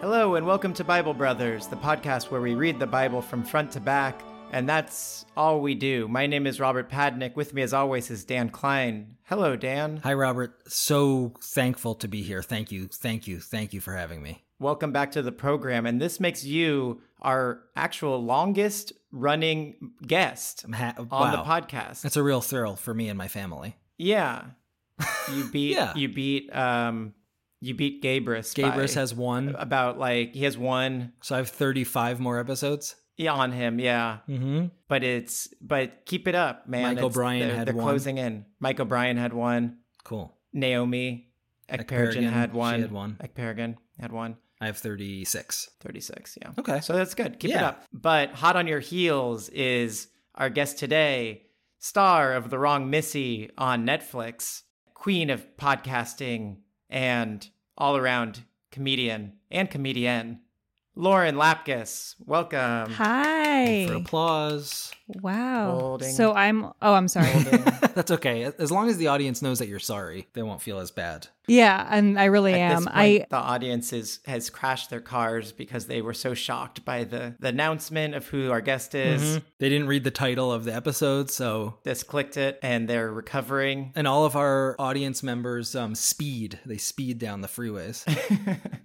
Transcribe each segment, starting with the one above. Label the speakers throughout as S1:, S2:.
S1: Hello, and welcome to Bible Brothers, the podcast where we read the Bible from front to back, and that's all we do. My name is Robert Padnick. With me, as always, is Dan Klein. Hello, Dan.
S2: Hi, Robert. So thankful to be here. Thank you. Thank you. Thank you for having me.
S1: Welcome back to the program, and this makes you our actual longest running guest
S2: I'm ha-
S1: on
S2: wow.
S1: the podcast.
S2: That's a real thrill for me and my family.
S1: yeah, you beat
S2: Yeah.
S1: you beat um you beat Gabrus. by-
S2: Gabrus has one,
S1: about like he has one
S2: so I have 35 more episodes.
S1: yeah, on him. Yeah,
S2: Mm-hmm.
S1: but it's but keep it up, man.
S2: Mike
S1: It's-
S2: O'Brien
S1: they're,
S2: had
S1: they're
S2: one.
S1: closing in. Mike O'Brien had one.
S2: Cool.
S1: Naomi Ekperigin
S2: Ekperigin,
S1: had
S2: she
S1: one.
S2: had one.
S1: Ekperigin had one.
S2: I have 36.
S1: 36, yeah.
S2: Okay.
S1: So that's good. Keep it
S2: Yeah.
S1: up. But hot on your heels is our guest today, star of The Wrong Missy on Netflix, queen of podcasting and all around comedian and comedian, Lauren Lapkus. Welcome.
S2: Thank Um, For
S3: Hi.
S2: applause.
S3: Wow.
S1: Holding.
S3: So I'm oh, I'm sorry.
S2: That's okay. As long as the audience knows that you're sorry, they won't feel as bad.
S3: yeah, and I really
S1: At this
S3: am.
S1: point,
S3: I
S1: the audience is, has crashed their cars because they were so shocked by the, the announcement of who our guest is.
S2: They didn't read the title of the episode, so.
S1: This clicked it, and they're recovering.
S2: And all of our audience members um, speed. They speed down the freeways.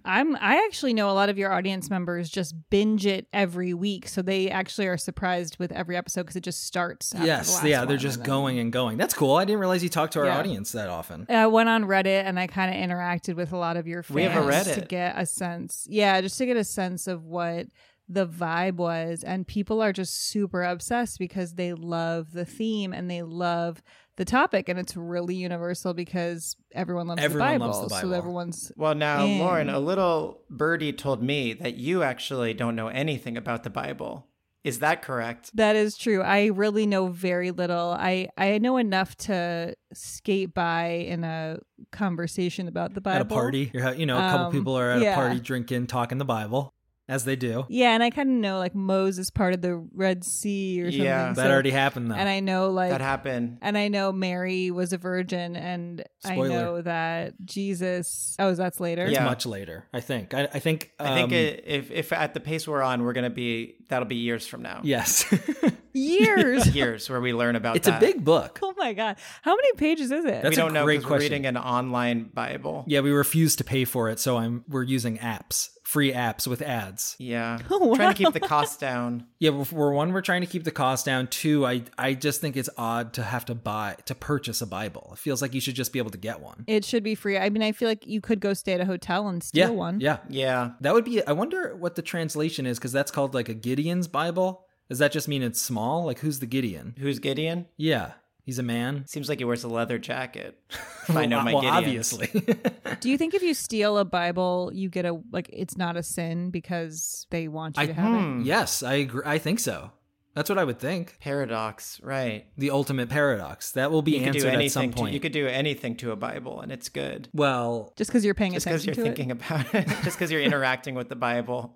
S3: I'm I actually know a lot of your audience members just binge it every week, so they actually are surprised with every episode because it just starts. After the
S2: yes,
S3: last
S2: yeah, they're
S3: one,
S2: just
S3: and
S2: going and going. That's cool. I didn't realize you talked to our
S3: Yeah.
S2: audience that often.
S3: then- I went on Reddit and I kind of interacted with a lot of your fans
S1: We have a
S3: to
S1: Reddit.
S3: get a sense. Yeah, just to get a sense of what the vibe was and people are just super obsessed because they love the theme and they love the topic and it's really universal because everyone loves,
S2: Everyone
S3: the, Bible,
S2: loves the Bible.
S3: So everyone's
S1: Well, now,
S3: Mm.
S1: Lauren, a little birdie told me that you actually don't know anything about the Bible. Is that correct?
S3: That is true. I really know very little. I I know enough to skate by in a conversation about the Bible.
S2: At a party, you're, ha- you know, a couple
S3: Um,
S2: people are at a
S3: yeah.
S2: party drinking, talking the Bible, as they do.
S3: Yeah, and I kind of know like Moses part of the Red Sea or something.
S1: Yeah.
S2: That
S3: so-
S2: already happened, though.
S3: And I know like
S1: that happened.
S3: and I know Mary was a virgin and
S2: Spoiler.
S3: I know that Jesus Oh, that's later.
S2: it's
S1: Yeah.
S2: much later, I think. I, I think.
S1: I think
S2: um,
S1: i if, if at the pace we're on, we're going to be, that'll be years from now.
S2: Yes,
S3: Years.
S1: Years where we learn about
S2: it's a
S1: that.
S2: big book.
S3: oh my god. How many pages is it?
S1: Uh, we
S2: That's a
S1: don't know
S2: great
S1: because we're
S2: question.
S1: reading an online Bible.
S2: Yeah, we refuse to pay for it, so I'm we're using apps, free apps with ads.
S1: Yeah.
S3: Oh,
S1: Trying to keep the cost down.
S2: Yeah, well, for one, we're trying to keep the cost down. Two, I I just think it's odd to have to buy to purchase a Bible. It feels like you should just be able to get one.
S3: It should be free. I mean, I feel like you could go stay at a hotel and steal
S2: yeah,
S3: one.
S2: yeah,
S1: Yeah.
S2: that would be. I wonder what the translation is because that's called like a Gideon's Bible. Does that just mean it's small? Like who's the Gideon?
S1: Who's Gideon?
S2: Yeah, he's a man.
S1: Seems like he wears a leather jacket. If I know my
S2: well,
S1: Gideon.
S2: obviously.
S3: Do you think if you steal a Bible, you get a like it's not a sin because they want you
S2: I-
S3: to have it?
S1: Hmm.
S2: yes, I agree. I think so. That's what I would think.
S1: Paradox, right.
S2: The ultimate paradox that will be
S1: You could, do
S2: answered at some
S1: anything to,
S2: point.
S1: you could do anything to a Bible and it's good.
S2: well,
S3: Just because you're paying
S1: just because
S3: attention
S1: you're
S3: to
S1: thinking about it just because you're interacting with the bible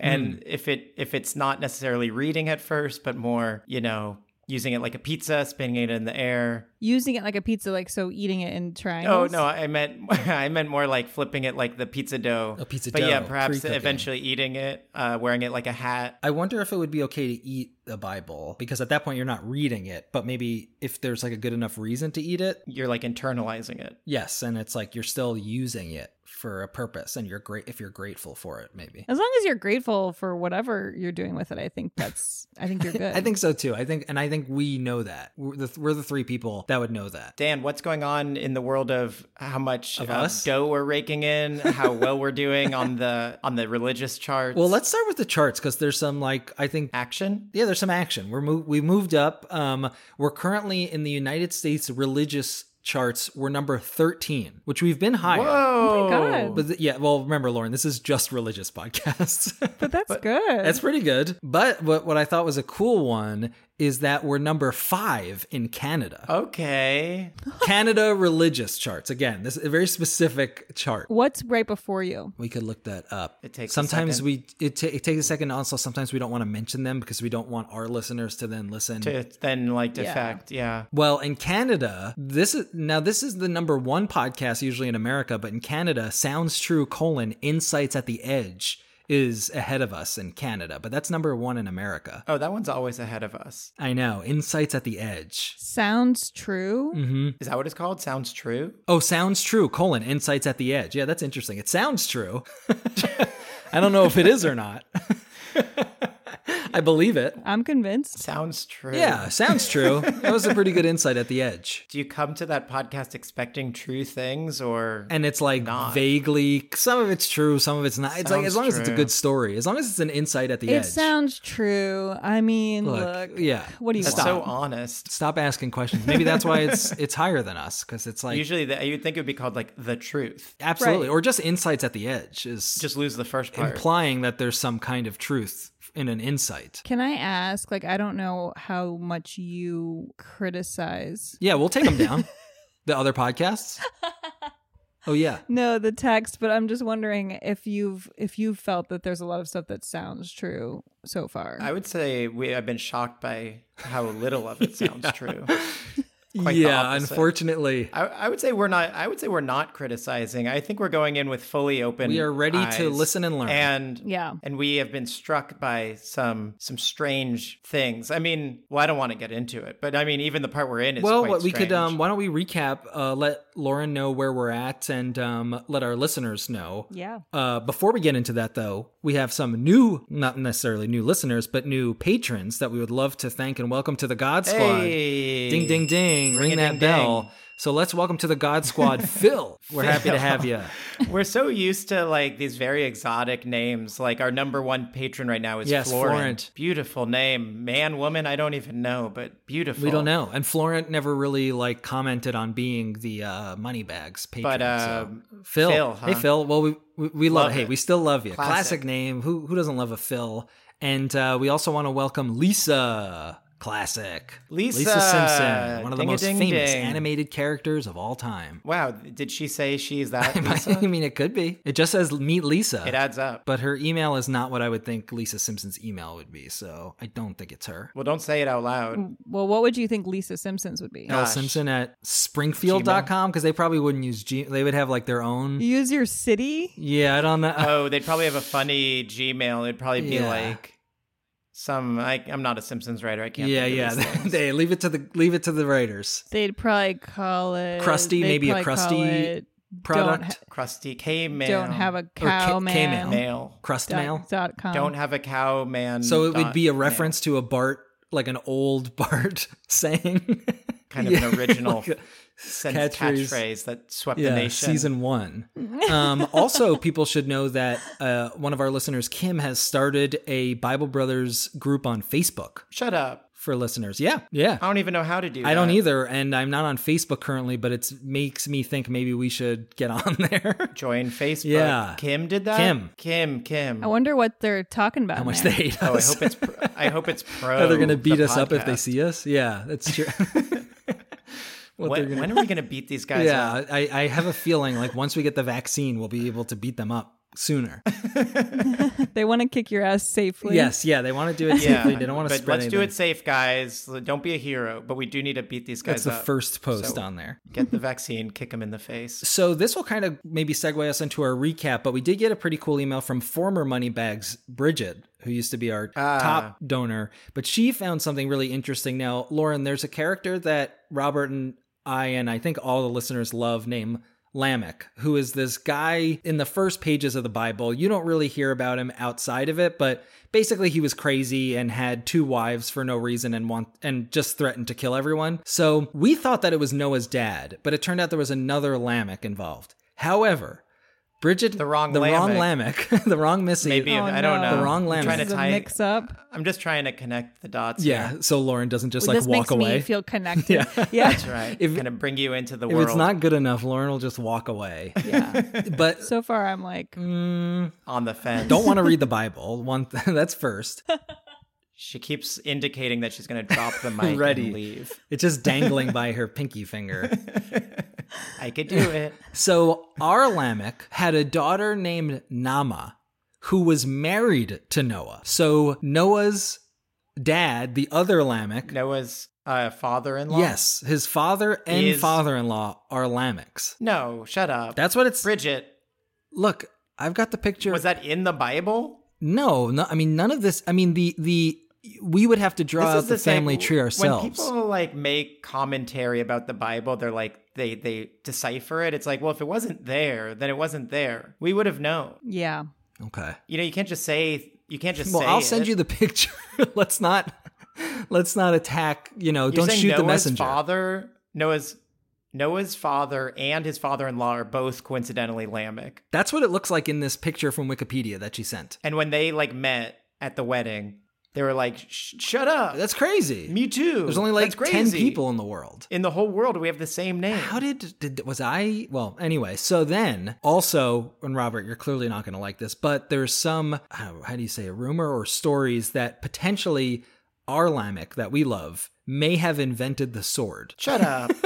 S2: Hmm.
S1: and if it if it's not necessarily reading at first but more you know using it like a pizza spinning it in the air
S3: it, using it like a pizza, like so eating it in
S1: oh
S3: triangles.
S1: no i meant i meant more like flipping it like the pizza dough
S2: A Oh, pizza
S1: but yeah
S2: dough,
S1: perhaps
S2: pre-cooking.
S1: eventually eating it uh, wearing it like a hat
S2: I wonder if it would be okay to eat the Bible because at that point you're not reading it, but maybe if there's like a good enough reason to eat it,
S1: you're like internalizing it
S2: yes, and it's like you're still using it for a purpose and you're great if you're grateful for it maybe.
S3: As long as you're grateful for whatever you're doing with it, I think that's I think you're good.
S2: I think so too. I think and I think we know that. We're the, we're the three people that would know that.
S1: dan what's going on in the world of how much
S2: Of
S1: uh,
S2: us?
S1: dough we're raking in how well we're doing on the on the religious charts
S2: Well, let's start with the charts cuz there's some like I think
S1: action
S2: yeah, there's some action. We're mov- we moved up. Um, we're currently in the United States religious charts. We're number 13, which we've been higher.
S1: Whoa!
S3: God.
S2: But th- yeah, well, remember, Lauren, this is just religious podcasts.
S3: but that's good.
S2: That's pretty good. But what, what I thought was a cool one is that we're number five in Canada.
S1: Okay.
S2: Canada religious charts. Again, this is a very specific chart.
S3: What's right before you?
S2: We could look that up.
S1: It takes a
S2: sometimes
S1: second.
S2: we it, ta- it takes a second. Also, sometimes we don't want to mention them because we don't want our listeners to then listen
S1: To then like defect, yeah.
S2: Well, in Canada, this is now this is the number one podcast usually in America, but in Canada, Sounds True colon Insights at the Edge is ahead of us in Canada, but that's number one in America.
S1: Oh, that one's always ahead of us.
S2: I know. Insights at the Edge.
S3: Sounds true.
S2: Mm-hmm.
S1: Is that what it's called? Sounds true.
S2: Oh, sounds true, colon, insights at the edge. Yeah, that's interesting. It sounds true. I don't know if it is or not. I believe it.
S3: I'm convinced.
S1: Sounds true.
S2: Yeah, sounds true. That was a pretty good insight at the edge.
S1: Do you come to that podcast expecting true things or
S2: And it's like
S1: Not.
S2: vaguely, some of it's true, some of it's not. It's like,
S1: Sounds
S2: as long as it's a
S1: true.
S2: good story, as long as it's an insight at the
S3: it
S2: edge.
S3: sounds true. I mean, look.
S2: Look, yeah.
S3: What do you
S1: that's
S3: want?
S1: so honest?
S2: Stop asking questions. Maybe that's why it's it's higher than us because it's like
S1: Usually, the, you'd think it would be called like the truth.
S2: absolutely
S3: Right.
S2: or just insights at the edge is
S1: Just lose the first part.
S2: implying that there's some kind of truth in an insight.
S3: Can I ask? Like, I don't know how much you criticize.
S2: Yeah, we'll take them down. the other podcasts. Oh yeah,
S3: No, the text, but I'm just wondering if you've if you've felt that there's a lot of stuff that sounds true so far.
S1: I would say we I've been shocked by how little of it sounds true. Quite the
S2: yeah.
S1: opposite.
S2: Unfortunately,
S1: I, I would say we're not. I would say we're not criticizing. I think we're going in with fully open.
S2: we are ready
S1: eyes.
S2: to listen and learn.
S1: And
S3: yeah.
S1: and we have been struck by some some strange things. I mean, well, I don't want to get into it, but I mean, even the part we're in is
S2: well,
S1: quite
S2: what we
S1: strange.
S2: could um, why don't we recap? Uh, let Lauren know where we're at, and um, let our listeners know.
S3: Yeah.
S2: Uh, before we get into that, though, we have some new, not necessarily new listeners, but new patrons that we would love to thank and welcome to the God Squad.
S1: Hey.
S2: Ding, ding, ding. Ring,
S1: Ring a
S2: that
S1: ding,
S2: bell.
S1: ding.
S2: So let's welcome to the God Squad, Phil. We're happy
S1: Phil.
S2: to have you.
S1: We're so used to like these very exotic names. Like our number one patron right now is
S2: Yes,
S1: Florent.
S2: Florent.
S1: Beautiful name, man, woman. I don't even know, but beautiful.
S2: We don't know. And Florent never really like commented on being the uh, money bags patron.
S1: But,
S2: so-
S1: um,
S2: Phil,
S1: Phil,
S2: hey
S1: huh?
S2: Phil. Well, we we, we love.
S1: Love
S2: hey,
S1: it.
S2: we still love you. Classic,
S1: Classic.
S2: name. Who who doesn't love a Phil? And uh, we also want to welcome Lisa. Classic.
S1: Lisa.
S2: Simpson, one of the most
S1: Ding-a-ding-ding.
S2: famous animated characters of all time.
S1: Wow, did she say she's that?
S2: I
S1: Lisa?
S2: mean, it could be. It just says meet Lisa.
S1: it adds up.
S2: But her email is not what I would think Lisa Simpson's email would be, so I don't think it's her.
S1: Well, don't say it out
S2: Mm.
S1: loud.
S3: Well, what would you think Lisa Simpson's would be?
S2: L
S1: Gosh.
S2: Simpson at springfield.com because they probably wouldn't use G. They would have like their own.
S3: You
S1: E-
S3: use your city?
S2: Yeah, I don't know.
S1: Oh, they'd probably have a funny Gmail. It'd probably be
S2: Yeah.
S1: like some. I, I'm not a Simpsons writer. I can't.
S2: yeah,
S1: think of
S2: yeah.
S1: these things.
S2: they leave it to the leave it to the writers.
S3: They'd probably call it
S2: Crusty,
S3: they'd
S2: maybe a
S3: probably call
S2: crusty
S3: it
S2: Product
S3: ha-
S1: crusty K mail.
S3: Don't have a cow
S2: K- K-mail.
S3: man.
S1: mail.
S2: crust
S3: Dot,
S2: mail.
S3: dot com.
S1: Don't have a cow man.
S2: So it would
S1: dot
S2: be a
S1: mail.
S2: reference to a Bart, like an old Bart saying.
S1: kind of an original
S2: Like a
S1: sense
S2: catchphrase.
S1: catchphrase. that swept the
S2: yeah,
S1: nation.
S2: season one. Um, also, people should know that uh, one of our listeners, Kim, has started a Bible Brothers group on Facebook
S1: Shut up.
S2: for listeners. Yeah, yeah.
S1: I don't even know how to do.
S2: I don't
S1: that.
S2: either, and I'm not on Facebook currently, but it makes me think maybe we should get on there.
S1: Join Facebook.
S2: Yeah.
S1: Kim did that.
S2: Kim.
S1: Kim. Kim.
S3: I wonder what they're talking about.
S2: How much
S3: there.
S2: they hate
S1: Oh, I
S2: us.
S1: hope it's. Pr- I hope it's pro.
S2: How Oh, they're going to
S1: the
S2: beat us up if they
S1: podcast.
S2: see us. Yeah, that's true. what
S1: When,
S2: they're gonna-
S1: when are we going to beat these guys? up?
S2: yeah, I, I have a feeling like once we get the vaccine, we'll be able to beat them up sooner.
S3: They want to kick your ass safely.
S2: yes, yeah, they want to do it
S1: Yeah,
S2: safely. They don't want to
S1: but
S2: spread
S1: let's do it safe, guys. Don't be a hero, but we do need to beat these guys
S2: That's the
S1: up.
S2: first post
S1: So-
S2: on there.
S1: Get the vaccine, kick them in the face.
S2: So this will kind of maybe segue us into our recap, but we did get a pretty cool email from former Moneybags Bridget, who used to be our top donor, but she found something really interesting. Now, Lauren, there's a character that Robert and I and I think all the listeners love named Lamech, who is this guy in the first pages of the Bible. You don't really hear about him outside of it, but basically he was crazy and had two wives for no reason and want and just threatened to kill everyone. So we thought that it was Noah's dad, but it turned out there was another Lamech involved. However, Bridget
S1: The wrong
S2: the wrong
S1: Lamech.
S2: Lamech, the wrong Missy.
S1: Maybe
S3: Oh,
S1: I don't
S3: no.
S1: know.
S2: The wrong
S1: I'm
S2: lens.
S1: trying to
S3: This is
S1: tie.
S3: a mix up.
S1: I'm just trying to connect the dots.
S2: Yeah,
S1: here.
S2: so Lauren doesn't just like
S3: this
S2: walk
S3: makes
S2: away.
S3: me feel connected.
S2: Yeah.
S3: yeah.
S1: that's right.
S2: If-
S1: Going to bring you into the
S2: if
S1: world
S2: it's not good enough, Lauren will just walk away.
S3: Yeah.
S2: But
S3: So far, I'm like,
S2: mm,
S1: on the fence.
S2: don't want to read the Bible. One that's first.
S1: She keeps indicating that she's going to drop the mic
S2: Ready.
S1: and leave.
S2: It's just dangling by her pinky finger.
S1: I could do it.
S2: So our Lamech had a daughter named Nama who was married to Noah. So Noah's dad, the other Lamech,
S1: Noah's uh, father-in-law.
S2: yes, his father and
S1: Is-
S2: father-in-law are Lamechs.
S1: No, shut up.
S2: That's what it's
S1: Bridget.
S2: Look, I've got the picture.
S1: Was that in the Bible?
S2: No, no. I mean, none of this. I mean, the the we would have to draw out the,
S1: same-
S2: family tree ourselves.
S1: When people like make commentary about the Bible, they're like they they decipher it. It's like, well, if it wasn't there, then it wasn't there. We would have known.
S3: Yeah.
S2: okay.
S1: You know, you can't just say you can't just.
S2: Well,
S1: say
S2: I'll send
S1: it.
S2: you the picture. let's not let's not attack. You know,
S1: You're
S2: don't
S1: saying
S2: shoot the
S1: Noah's
S2: messenger.
S1: Father Noah's Noah's father and his father-in-law are both coincidentally Lamech,
S2: That's what it looks like in this picture from Wikipedia that she sent.
S1: and when they like met at the wedding, they were like, "Sh- "Shut up,
S2: That's crazy.
S1: me too."
S2: There's only like
S1: That's
S2: ten
S1: crazy.
S2: people in the world.
S1: in the whole world. We have the same name.
S2: How did did was I well anyway? So then also, and Robert, you're clearly not going to like this, but there's some how, how do you say a rumor or stories that potentially our Lamech that we love may have invented the sword.
S1: Shut up.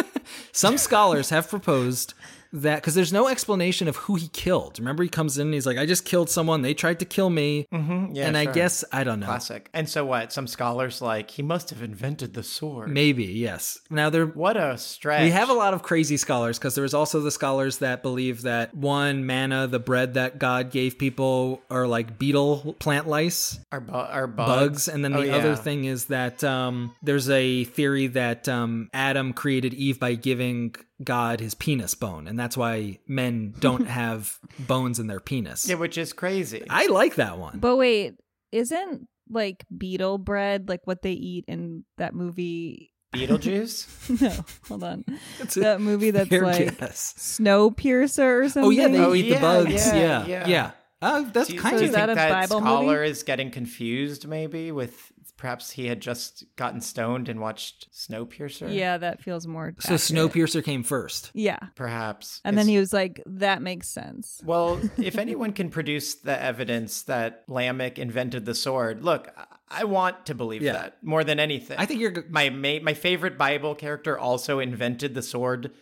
S2: Some scholars have proposed that because there's no explanation of who he killed. Remember, he comes in and he's like, "I just killed someone. They tried to kill me,"
S1: Mhm, yeah,
S2: and I
S1: sure.
S2: guess I don't know.
S1: classic. And so what? Some scholars like he must have invented the sword.
S2: Maybe yes. Now there
S1: What a stretch.
S2: We have a lot of crazy scholars because there was also the scholars that believe that one manna, the bread that God gave people, are like beetle plant lice
S1: our, bu- our bugs.
S2: bugs, and then the
S1: Oh, yeah.
S2: other thing is that um, there's a theory that um, Adam created Eve by giving God his penis bone, and that's why men don't have bones in their penis.
S1: Yeah, which is crazy.
S2: I like that one.
S3: But wait, isn't like beetle bread like what they eat in that movie?
S1: Beetlejuice.
S3: No, hold on.
S2: That's
S3: that movie that's
S2: fair
S3: like
S2: guess.
S3: snow piercer or something.
S2: Oh yeah, they
S1: Oh,
S2: eat
S1: yeah,
S2: the bugs.
S1: yeah,
S2: Yeah,
S1: yeah.
S2: yeah. Oh, that's
S1: Do you,
S2: kind
S1: so
S2: of
S1: you
S3: Is that
S1: think
S3: a
S1: that
S3: Bible
S1: scholar
S3: movie?
S1: is getting confused maybe with perhaps he had just gotten stoned and watched Snowpiercer?
S3: yeah, that feels more.
S2: so.
S3: accurate.
S2: Snowpiercer came first.
S3: Yeah,
S1: Perhaps.
S3: and
S1: It's-
S3: then he was like, "That makes sense."
S1: Well, if anyone can produce the evidence that Lamech invented the sword, look, I- I want to believe
S2: Yeah.
S1: that more than anything.
S2: I think you're g-
S1: my ma- my favorite Bible character also invented the sword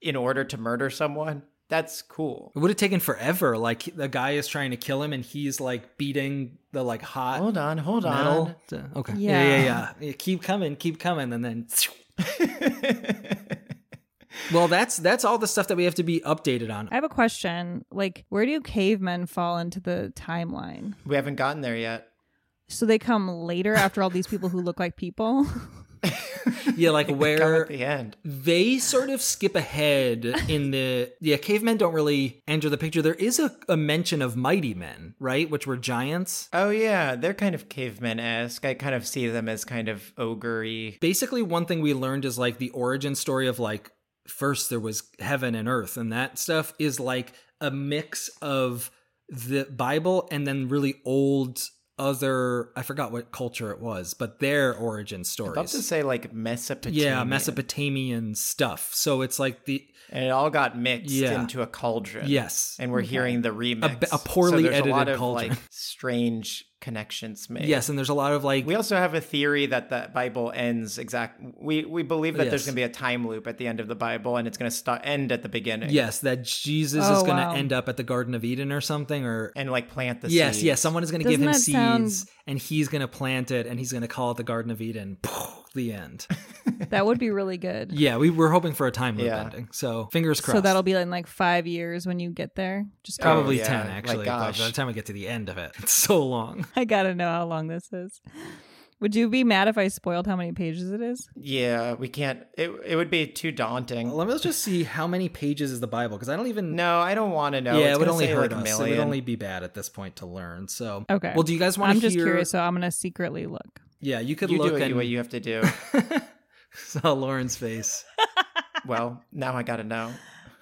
S1: in order to murder someone. That's cool.
S2: It would have taken forever. Like the guy is trying to kill him, and he's like beating the like hot
S1: Hold on, hold
S2: metal. Okay.
S3: Yeah.
S2: Yeah. yeah, yeah, yeah. Keep coming, keep coming, and then.
S1: on.
S2: Well, that's that's all the stuff that we have to be updated on.
S3: I have a question. Like, where do cavemen fall into the timeline?
S1: we haven't gotten there yet.
S3: So they come later after all these people who look like people.
S2: Yeah, like
S1: Come
S2: where
S1: at the end.
S2: they sort of skip ahead in the yeah cavemen don't really enter the picture. There is a, a mention of mighty men, right, which were giants.
S1: Oh yeah, they're kind of caveman esque. I kind of see them as kind of ogre
S2: basically one thing we learned is like the origin story of like first there was heaven and earth and that stuff is like a mix of the bible and then really old other i forgot what culture it was but their origin
S1: I'd love to
S2: stories
S1: say like Mesopotamia.
S2: yeah mesopotamian stuff so it's like the
S1: And it all got mixed
S2: Yeah.
S1: into a cauldron.
S2: yes
S1: And we're hearing the remix.
S2: a poorly
S1: so there's a lot
S2: edited
S1: of
S2: cauldron.
S1: like strange connections made.
S2: yes and there's a lot of like
S1: We also have a theory that the Bible ends exact. We we believe that there's
S2: Yes.
S1: going to be a time loop at the end of the Bible, and it's going to start end at the beginning.
S2: yes that jesus
S3: Oh,
S2: is going to
S3: wow.
S2: end up at the garden of eden or something or
S1: and like plant the
S2: yes
S1: seeds.
S2: yes someone is going to give
S3: Doesn't
S2: him
S3: that
S2: seeds
S3: sound-
S2: and he's going to plant it and he's going to call it the garden of eden the end
S3: that would be really good.
S2: Yeah, we were hoping for a time loop
S1: Yeah.
S2: ending. So fingers crossed.
S3: So that'll be in like five years when you get there. Just kidding.
S2: probably
S1: Oh, yeah.
S2: ten
S1: My
S2: actually.
S1: gosh.
S2: By the time we get to the end of it, it's so long.
S3: I gotta know how long this is. Would you be mad if I spoiled how many pages it is?
S1: Yeah, we can't. It it would be too daunting.
S2: Let me just see how many pages is the Bible because I don't even.
S1: no, I don't want to know.
S2: yeah,
S1: It's
S2: it would
S1: gonna
S2: only
S1: say,
S2: hurt
S1: like, a
S2: us. It
S1: million.
S2: would only be bad at this point to learn. So
S3: Okay.
S2: Well, do you guys want
S3: I'm
S2: to
S3: just
S2: hear?
S3: curious, so I'm gonna secretly look.
S2: Yeah, you could
S1: you
S2: look
S1: do it,
S2: and
S1: what you have to do.
S2: saw Lauren's face.
S1: well, now I gotta know.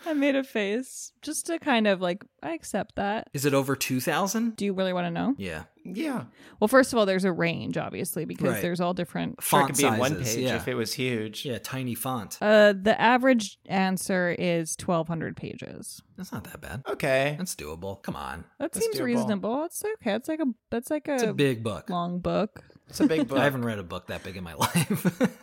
S3: I made a face just to kind of like I accept that.
S2: Is it over two thousand?
S3: Do you really want to know?
S2: Yeah,
S1: Yeah,
S3: Well, first of all, there's a range obviously because
S2: Right.
S3: there's all different.
S1: sure, it
S2: font
S1: could be
S2: sizes.
S1: one page
S2: yeah,
S1: if it was huge.
S2: yeah, tiny font.
S3: Uh, the average answer is 1,200 pages.
S2: That's not that bad.
S1: Okay,
S2: That's doable. Come on,
S3: That
S1: That's
S3: seems
S1: doable.
S3: reasonable. That's okay. It's like a that's like
S2: it's
S3: a,
S2: a big book.
S3: long book.
S1: it's a big book.
S2: I haven't read a book that big in my life.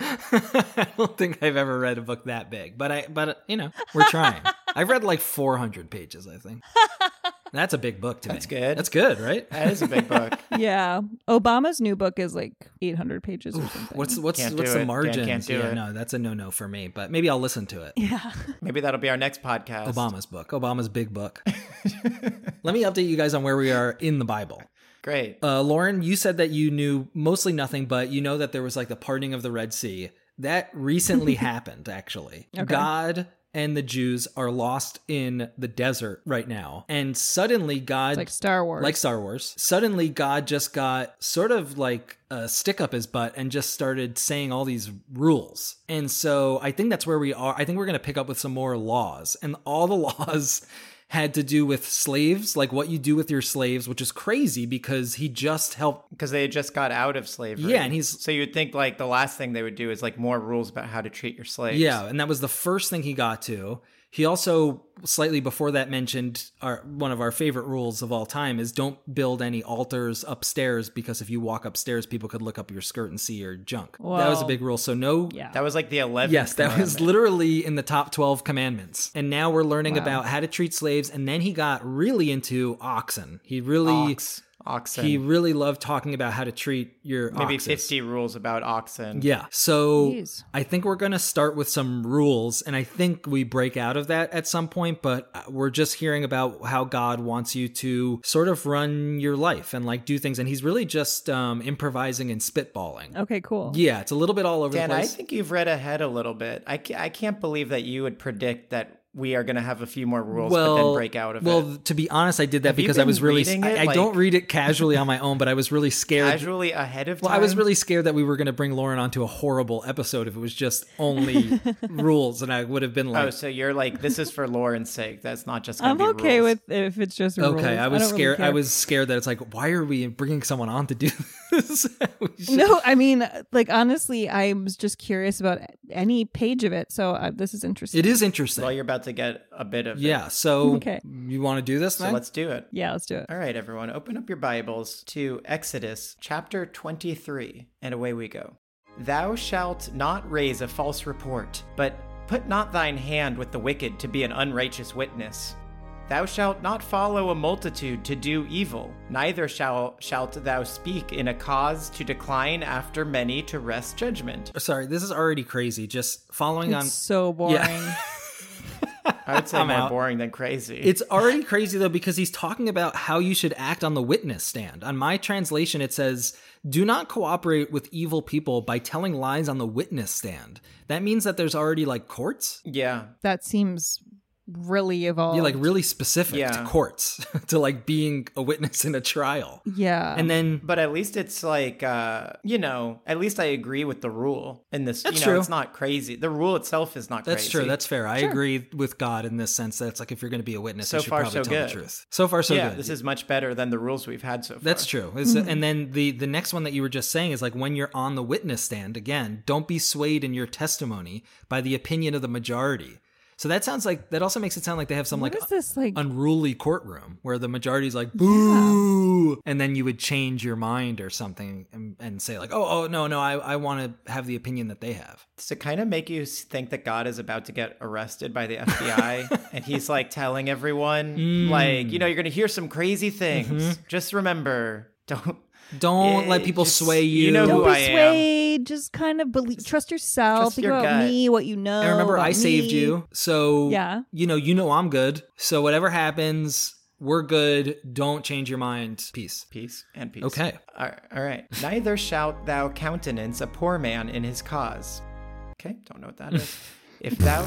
S2: I don't think I've ever read a book that big, but I, but uh, you know, we're trying. I've read like 400 pages, I think. That's a big book to me.
S1: That's good.
S2: That's good, right?
S1: That is a big book.
S3: yeah. Obama's new book is like 800 pages or something.
S2: What's what's
S1: Can't
S2: what's
S1: do it.
S2: the
S1: Dan
S2: margins?
S1: can't do
S2: yeah,
S1: it.
S2: no, that's a no no for me. But maybe I'll listen to it.
S3: yeah.
S1: Maybe that'll be our next podcast.
S2: Obama's book, Obama's big book. Let me update you guys on where we are in the Bible.
S1: Great.
S2: Uh, Lauren, you said that you knew mostly nothing, but you know that there was like the parting of the Red Sea. That recently happened, actually.
S3: Okay.
S2: God and the Jews are lost in the desert right now. And suddenly, God
S3: It's like Star Wars.
S2: like Star Wars. Suddenly, God just got sort of like a stick up his butt and just started saying all these rules. And so I think that's where we are. I think we're going to pick up with some more laws. And all the laws had to do with slaves, like what you do with your slaves, which is crazy because he just helped.
S1: Because they had just got out of slavery.
S2: Yeah, and he's.
S1: so you would think like the last thing they would do is like more rules about how to treat your slaves.
S2: Yeah, and that was the first thing he got to. He also slightly before that mentioned our, one of our favorite rules of all time is don't build any altars upstairs because if you walk upstairs, people could look up your skirt and see your junk. that was a
S3: Well,
S2: big rule. So no,
S3: yeah.
S1: That was like the 11th.
S2: yes, that was
S1: commandment.
S2: literally in the top twelve commandments. And now we're learning
S3: Wow.
S2: about how to treat slaves. And then he got really into oxen. He really
S1: Ox, oxen.
S2: he really loved talking about how to treat your
S1: Maybe
S2: oxes.
S1: 50 rules about oxen.
S2: Yeah. So
S3: Jeez.
S2: I think we're going to start with some rules, and I think we break out of that at some point, but uh, we're just hearing about how God wants you to sort of run your life and like do things. And he's really just um, improvising and spitballing.
S3: okay, cool.
S2: Yeah. It's a little bit all over
S1: Dan,
S2: the
S1: I
S2: place.
S1: think you've read ahead a little bit. I, ca- I can't believe that you would predict that we are going to have a few more rules but then break out of
S2: well,
S1: it.
S2: to be honest, I did that
S1: Have you
S2: because I
S1: been
S2: was really.
S1: reading
S2: I,
S1: it,
S2: I don't
S1: like-
S2: read it casually on my own, but I was really scared.
S1: Casually ahead of time.
S2: Well, I was really scared that we were going to bring Lauren onto a horrible episode if it was just only rules, and I would have been like,
S1: Oh, so you're like, this is for Lauren's sake. That's not just. gonna
S3: I'm
S1: be
S3: okay
S1: rules.
S3: with if it's just rules.
S2: Okay, I was
S3: don't really
S2: scared. I
S3: care.
S2: was scared that it's like, why are we bringing someone on to do this? We should-
S3: No, I mean, like honestly, I'm just curious about any page of it. So uh, this is interesting.
S2: it is interesting.
S1: Well, you're about to get a bit of. it.
S2: yeah. So
S3: Okay.
S2: you want to do this?
S1: So
S2: then?
S1: let's do it.
S3: yeah, let's do it.
S1: All right, everyone, open up your Bibles to Exodus chapter 23, and away we go. Thou shalt not raise a false report, but put not thine hand with the wicked to be an unrighteous witness. Thou shalt not follow a multitude to do evil, neither shall, shalt thou speak in a cause to decline after many to rest judgment.
S2: Sorry, this is already crazy. Just following on.
S3: It's so boring.
S1: I would say
S2: I'm
S1: more
S2: out.
S1: boring than crazy.
S2: It's already crazy though because he's talking about how you should act on the witness stand. On my translation, it says, "Do not cooperate with evil people by telling lies on the witness stand." That means that there's already like courts.
S1: yeah.
S3: That seems really evolved.
S2: Yeah, like really specific to
S1: Yeah.
S2: courts to like being a witness in a trial.
S3: yeah.
S2: And then
S1: But at least it's like, uh, you know, at least I agree with the rule in this.
S2: That's
S1: you know,
S2: true.
S1: it's not crazy. The rule itself is not
S2: That's
S1: crazy.
S2: true. That's fair. I agree with God in this sense that it's like if you're going to be a witness,
S1: So
S2: you should
S1: far, so
S2: probably tell the
S1: good.
S2: truth. So far, so
S1: yeah,
S2: good.
S1: this is much better than the rules we've had so far. Mm-hmm.
S2: That's true. It's- And then the the next one that you were just saying is like when you're on the witness stand again, don't be swayed in your testimony by the opinion of the majority. So that sounds like that also makes it sound like they have some
S3: what
S2: like
S3: is this like?
S2: unruly courtroom where the majority's like boo and then you would change your mind or something and, and say like oh oh no no I, I want to have the opinion that they have.
S1: To kind of make you s- think that God is about to get arrested by the FBI, and he's like telling everyone,
S2: Hmm.
S1: like, you know, you're going to hear some crazy things.
S2: Mm-hmm.
S1: Just remember, don't.
S2: Don't
S1: Yeah,
S2: let people
S1: just-
S2: sway you.
S1: you know
S3: Don't
S1: who
S3: be
S1: I am.
S3: swayed. Just kind of believe. Trust yourself.
S1: Trust
S3: Think
S1: your
S3: about
S1: gut.
S3: me, what you know.
S1: Oh,
S2: And remember,
S3: about
S2: I saved
S3: me.
S2: you. So
S3: Yeah.
S2: you know, you know I'm good. So whatever happens, we're good. Don't change your mind. Peace.
S1: Peace and peace.
S2: Okay.
S1: All all right. Neither shalt thou countenance a poor man in his cause. Okay. Don't know what that is. if thou.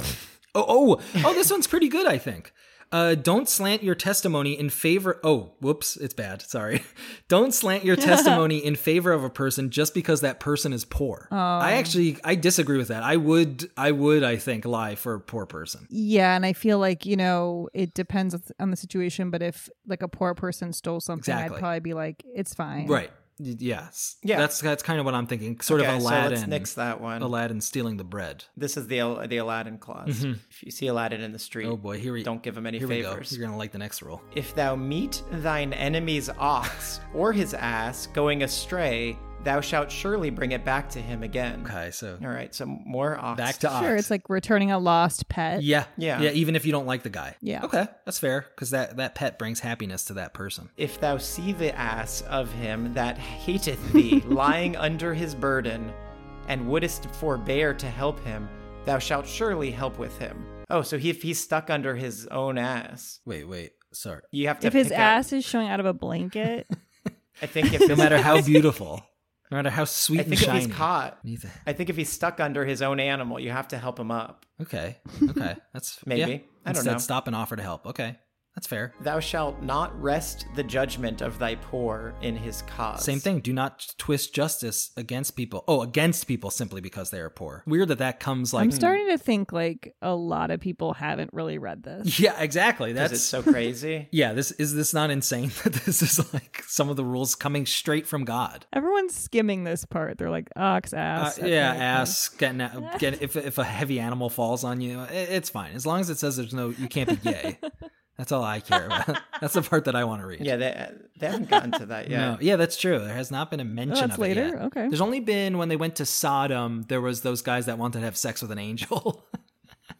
S2: Oh, oh, oh, this one's pretty good, I think. Uh, don't slant your testimony in favor. Oh, whoops, it's bad. Sorry. Don't slant your testimony in favor of a person just because that person is poor.
S1: Oh.
S2: I actually, I disagree with that. I would, I would, I think, lie for a poor person.
S3: Yeah, and I feel like you know it depends on the situation. But if like a poor person stole something,
S2: Exactly.
S3: I'd probably be like, it's fine.
S2: Right. Y- Yes.
S1: Yeah.
S2: That's that's kind of what I'm thinking. Sort
S1: okay,
S2: of
S1: so
S2: Aladdin.
S1: let's nix that one.
S2: Aladdin stealing the bread.
S1: This is the Al- the Aladdin clause. If you see Aladdin in the street,
S2: Mm-hmm. Oh boy, here we
S1: don't give him any
S2: Here we go.
S1: favors.
S2: You're gonna like the next rule.
S1: If thou meet thine enemy's ox or his ass going astray, thou shalt surely bring it back to him again.
S2: Okay, so
S1: All right, so more ox.
S2: back to Ox.
S3: Sure, it's like returning a lost pet.
S2: yeah,
S1: Yeah.
S2: yeah. Even if you don't like the guy,
S3: Yeah.
S2: Okay, that's fair because that that pet brings happiness to that person.
S1: If thou see the ass of him that hateth thee lying under his burden, and wouldest forbear to help him, thou shalt surely help with him. Oh, so he, if he's stuck under his own ass,
S2: Wait, wait, sorry.
S1: you have to.
S3: If his
S1: pick up-
S3: ass is showing out of a blanket,
S1: I think if
S2: No matter how beautiful, no matter how sweet
S1: I
S2: and
S1: think if
S2: shiny.
S1: he's caught,
S2: Nathan.
S1: I think if he's stuck under his own animal, you have to help him up.
S2: Okay, okay, that's
S1: Maybe.
S2: yeah.
S1: I don't
S2: Instead,
S1: know.
S2: stop and offer to help. Okay, that's fair.
S1: Thou shalt not rest the judgment of thy poor in his cause.
S2: Same thing. Do not twist justice against people. Oh, against people simply because they are poor. Weird that that comes like.
S3: I'm starting to think like a lot of people haven't really read this.
S2: yeah, exactly.
S1: Because
S2: That's
S1: it's so crazy.
S2: Yeah, this is this not insane that this is like some of the rules coming straight from God.
S3: Everyone's skimming this part. They're like, ox,
S2: Uh,
S3: ass. okay,
S2: yeah,
S3: okay."
S2: ass getting out, get if if a heavy animal falls on you, i it's fine as long as it says there's no you can't be gay. That's all I care about. That's the part that I want to read.
S1: yeah, they, they haven't gotten to that yet.
S2: No, yeah, that's true. There has not been a mention
S3: Oh, that's
S2: of
S3: later?
S2: it yet.
S3: Okay.
S2: There's only been when they went to Sodom, there was those guys that wanted to have sex with an angel.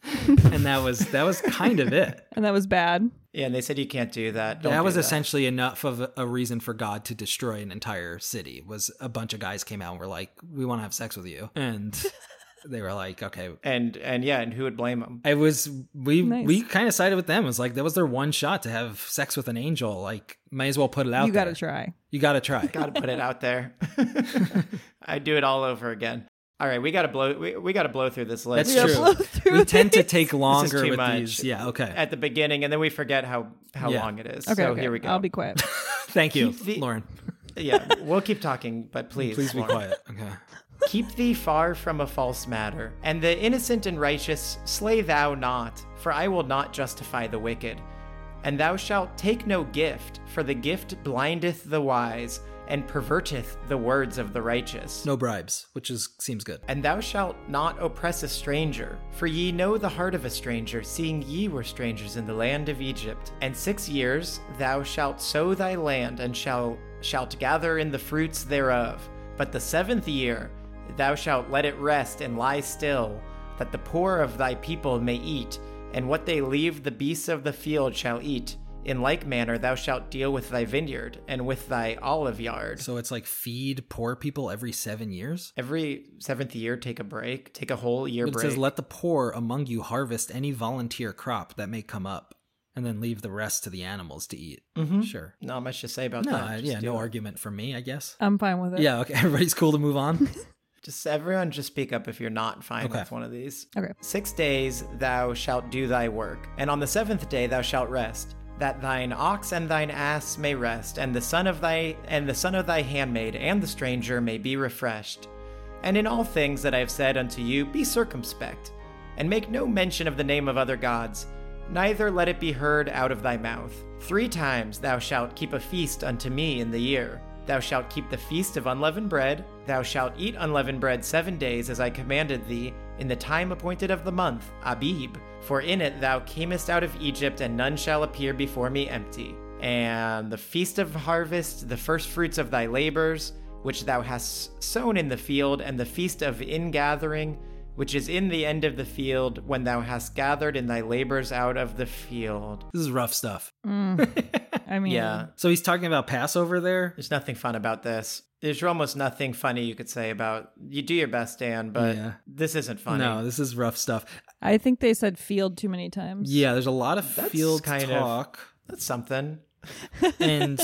S2: and that was that was kind of it.
S3: And that was bad.
S1: Yeah, and they said you can't do that. Don't
S2: that was
S1: do
S2: essentially enough of a- a reason for God to destroy an entire city. Was a bunch of guys came out and were like, "We want to have sex with you," and they were like, "Okay."
S1: And and yeah, and who would blame them?
S2: It was we
S3: Nice.
S2: we kind of sided with them. It was like that was their one shot to have sex with an angel. Like, may as well put it out.
S3: you got to
S2: there.
S3: try.
S2: You gotta try.
S1: Got to put it out there. I'd do it all over again. All right, we got to blow. We, we got to blow through this list.
S2: That's
S3: We gotta
S2: true.
S3: blow through
S2: we tend to
S3: these.
S2: take longer
S1: too
S2: with
S1: much.
S2: these. Yeah. Okay.
S1: At the beginning, and then we forget how how
S2: Yeah.
S1: long it is.
S3: Okay,
S1: so
S3: okay.
S1: here we go.
S3: I'll be quiet.
S2: Thank you,
S1: Keep the-
S2: Lauren.
S1: yeah, we'll keep talking, but please,
S2: Please be
S1: Lauren.
S2: quiet. Okay.
S1: Keep thee far from a false matter, and the innocent and righteous slay thou not, for I will not justify the wicked. And thou shalt take no gift, for the gift blindeth the wise, and perverteth the words of the righteous.
S2: No bribes, which is seems good.
S1: And thou shalt not oppress a stranger, for ye know the heart of a stranger, seeing ye were strangers in the land of Egypt. And six years thou shalt sow thy land, and shall, shalt gather in the fruits thereof. But the seventh year thou shalt let it rest and lie still, that the poor of thy people may eat, and what they leave the beasts of the field shall eat. In like manner thou shalt deal with thy vineyard, and with thy olive yard.
S2: So it's like feed poor people every seven years.
S1: Every seventh year, take a break. Take a whole year
S2: But it
S1: break.
S2: says, "Let the poor among you harvest any volunteer crop that may come up, and then leave the rest to the animals to eat."
S1: Mhm.
S2: Sure.
S1: Not much to say about
S2: No,
S1: that.
S2: I-
S1: Just
S2: yeah,
S1: do
S2: no
S1: it. Uh,
S2: argument from me, I guess.
S3: I'm fine with it.
S2: Yeah, okay. Everybody's cool to move on.
S1: Just everyone, just speak up if you're not fine
S2: Okay.
S1: with one of these.
S3: Okay.
S1: Six days thou shalt do thy work, and on the seventh day thou shalt rest, that thine ox and thine ass may rest, and the son of thy and the son of thy handmaid and the stranger may be refreshed. And in all things that I have said unto you, be circumspect, and make no mention of the name of other gods, neither let it be heard out of thy mouth. Three times thou shalt keep a feast unto me in the year. Thou shalt keep the feast of unleavened bread. Thou shalt eat unleavened bread seven days, as I commanded thee, in the time appointed of the month, Abib. For in it thou camest out of Egypt, and none shall appear before me empty. And the feast of harvest, the first fruits of thy labors, which thou hast sown in the field, and the feast of ingathering, which is in the end of the field, when thou hast gathered in thy labors out of the field.
S2: this is rough stuff.
S3: Mm. I mean,
S1: Yeah,
S2: So he's talking about Passover there.
S1: there's nothing fun about this. There's almost nothing funny you could say about. You do your best, Dan, but
S2: Yeah.
S1: this isn't funny.
S2: No, this is rough stuff.
S3: I think they said field too many times.
S2: Yeah, there's a lot of
S1: That's
S2: field
S1: kind of-
S2: talk,
S1: That's something.
S2: and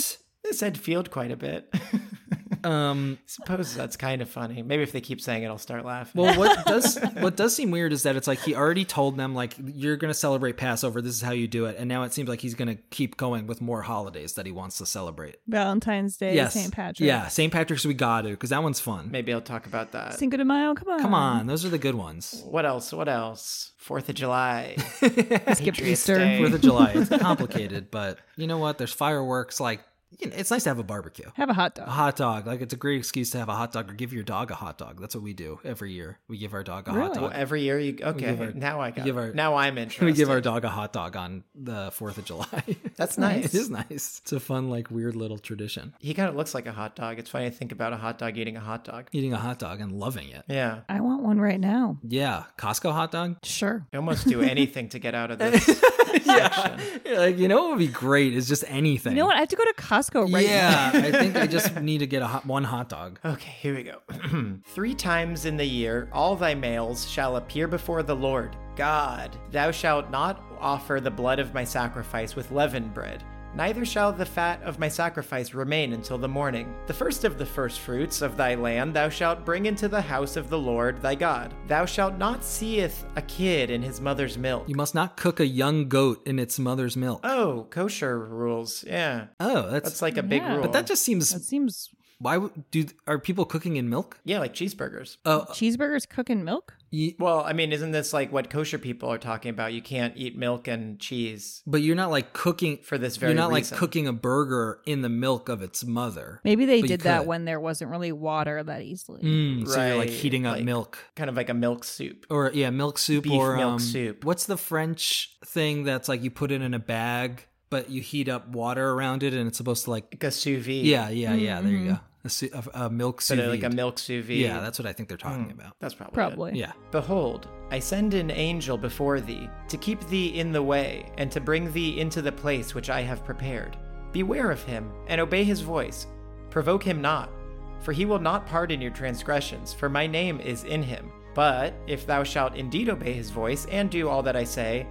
S1: They said field quite a bit.
S2: um,
S1: Suppose that's kind of funny. Maybe if they keep saying it, I'll start laughing.
S2: Well, what does what does seem weird is that it's like he already told them like you're going to celebrate Passover. This is how you do it, and now it seems like he's going to keep going with more holidays that he wants to celebrate.
S3: Valentine's Day, St. Patrick's.
S2: Yeah, St. Patrick's we got to because that one's fun.
S1: Maybe I'll talk about that.
S3: Cinco de Mayo, come on.
S2: Come on, those are the good ones.
S1: What else? What else? Fourth of July.
S3: Skip
S1: Patriots
S3: Easter.
S1: Day.
S2: Fourth of July, it's complicated, but you know what? There's fireworks. Like you know, it's nice to have a barbecue.
S3: Have a hot dog.
S2: A hot dog, like it's a great excuse to have a hot dog or give your dog a hot dog. That's what we do every year. We give our dog a hot
S3: Really?
S2: dog.
S1: Well, every year you okay.
S2: give our-
S1: now I got
S2: give
S1: it.
S2: our-
S1: now I'm interested.
S2: we give our dog a hot dog on the Fourth of July.
S1: That's nice.
S2: it is nice. It's a fun, like weird little tradition.
S1: He kind of looks like a hot dog. It's funny to think about a hot dog eating a hot dog.
S2: Eating a hot dog and loving it.
S1: Yeah.
S3: I want one right now.
S2: Yeah, Costco hot dog.
S3: Sure.
S1: I almost do anything to get out of this.
S2: yeah, like you know what would be great is just anything.
S3: You know what? I have to go to Costco right
S2: yeah, I think I just need to get a hot, one hot dog.
S1: Okay, here we go. Three times in the year all thy males shall appear before the Lord God. Thou shalt not offer the blood of my sacrifice with leavened bread. Neither shall the fat of my sacrifice remain until the morning. The first of the firstfruits of thy land thou shalt bring into the house of the Lord thy God. Thou shalt not seeth a kid in his mother's milk.
S2: You must not cook a young goat in its mother's milk.
S1: Oh, kosher rules. Yeah.
S2: Oh, that's,
S1: That's like a big
S3: Yeah.
S1: rule.
S3: But
S2: but that just seems.
S3: now. That seems
S2: Why would- do are people cooking in milk?
S1: yeah, like cheeseburgers.
S2: Oh,
S3: cheeseburgers cooking milk?
S2: you,
S1: Well, I mean, isn't this like what kosher people are talking about? You can't eat milk and cheese
S2: but you're not like cooking.
S1: for this very
S2: You're not
S1: reason.
S2: like cooking a burger in the milk of its mother.
S3: Maybe they
S2: But you
S3: did that
S2: could.
S3: when there wasn't really water that easily.
S2: Mm, So you're like
S1: Right,
S2: heating up
S1: like-
S2: milk.
S1: kind of like a milk soup.
S2: Or yeah, milk soup
S1: Beef
S2: or
S1: milk
S2: um,
S1: soup.
S2: What's the French thing that's like you put it in a bag, but you heat up water around it, and it's supposed to like
S1: Like a sous vide.
S2: yeah, yeah, yeah. There you go. A, su- a, a milk
S1: But
S2: soup.
S1: Mm-hmm. like a milk sous vide.
S2: Yeah, that's what I think they're talking about.
S1: that's probably it.
S3: Probably.
S2: Yeah,
S1: Behold, I send an angel before thee, to keep thee in the way, and to bring thee into the place which I have prepared. Beware of him, and obey his voice. Provoke him not, for he will not pardon your transgressions, for my name is in him. But if thou shalt indeed obey his voice, and do all that I say,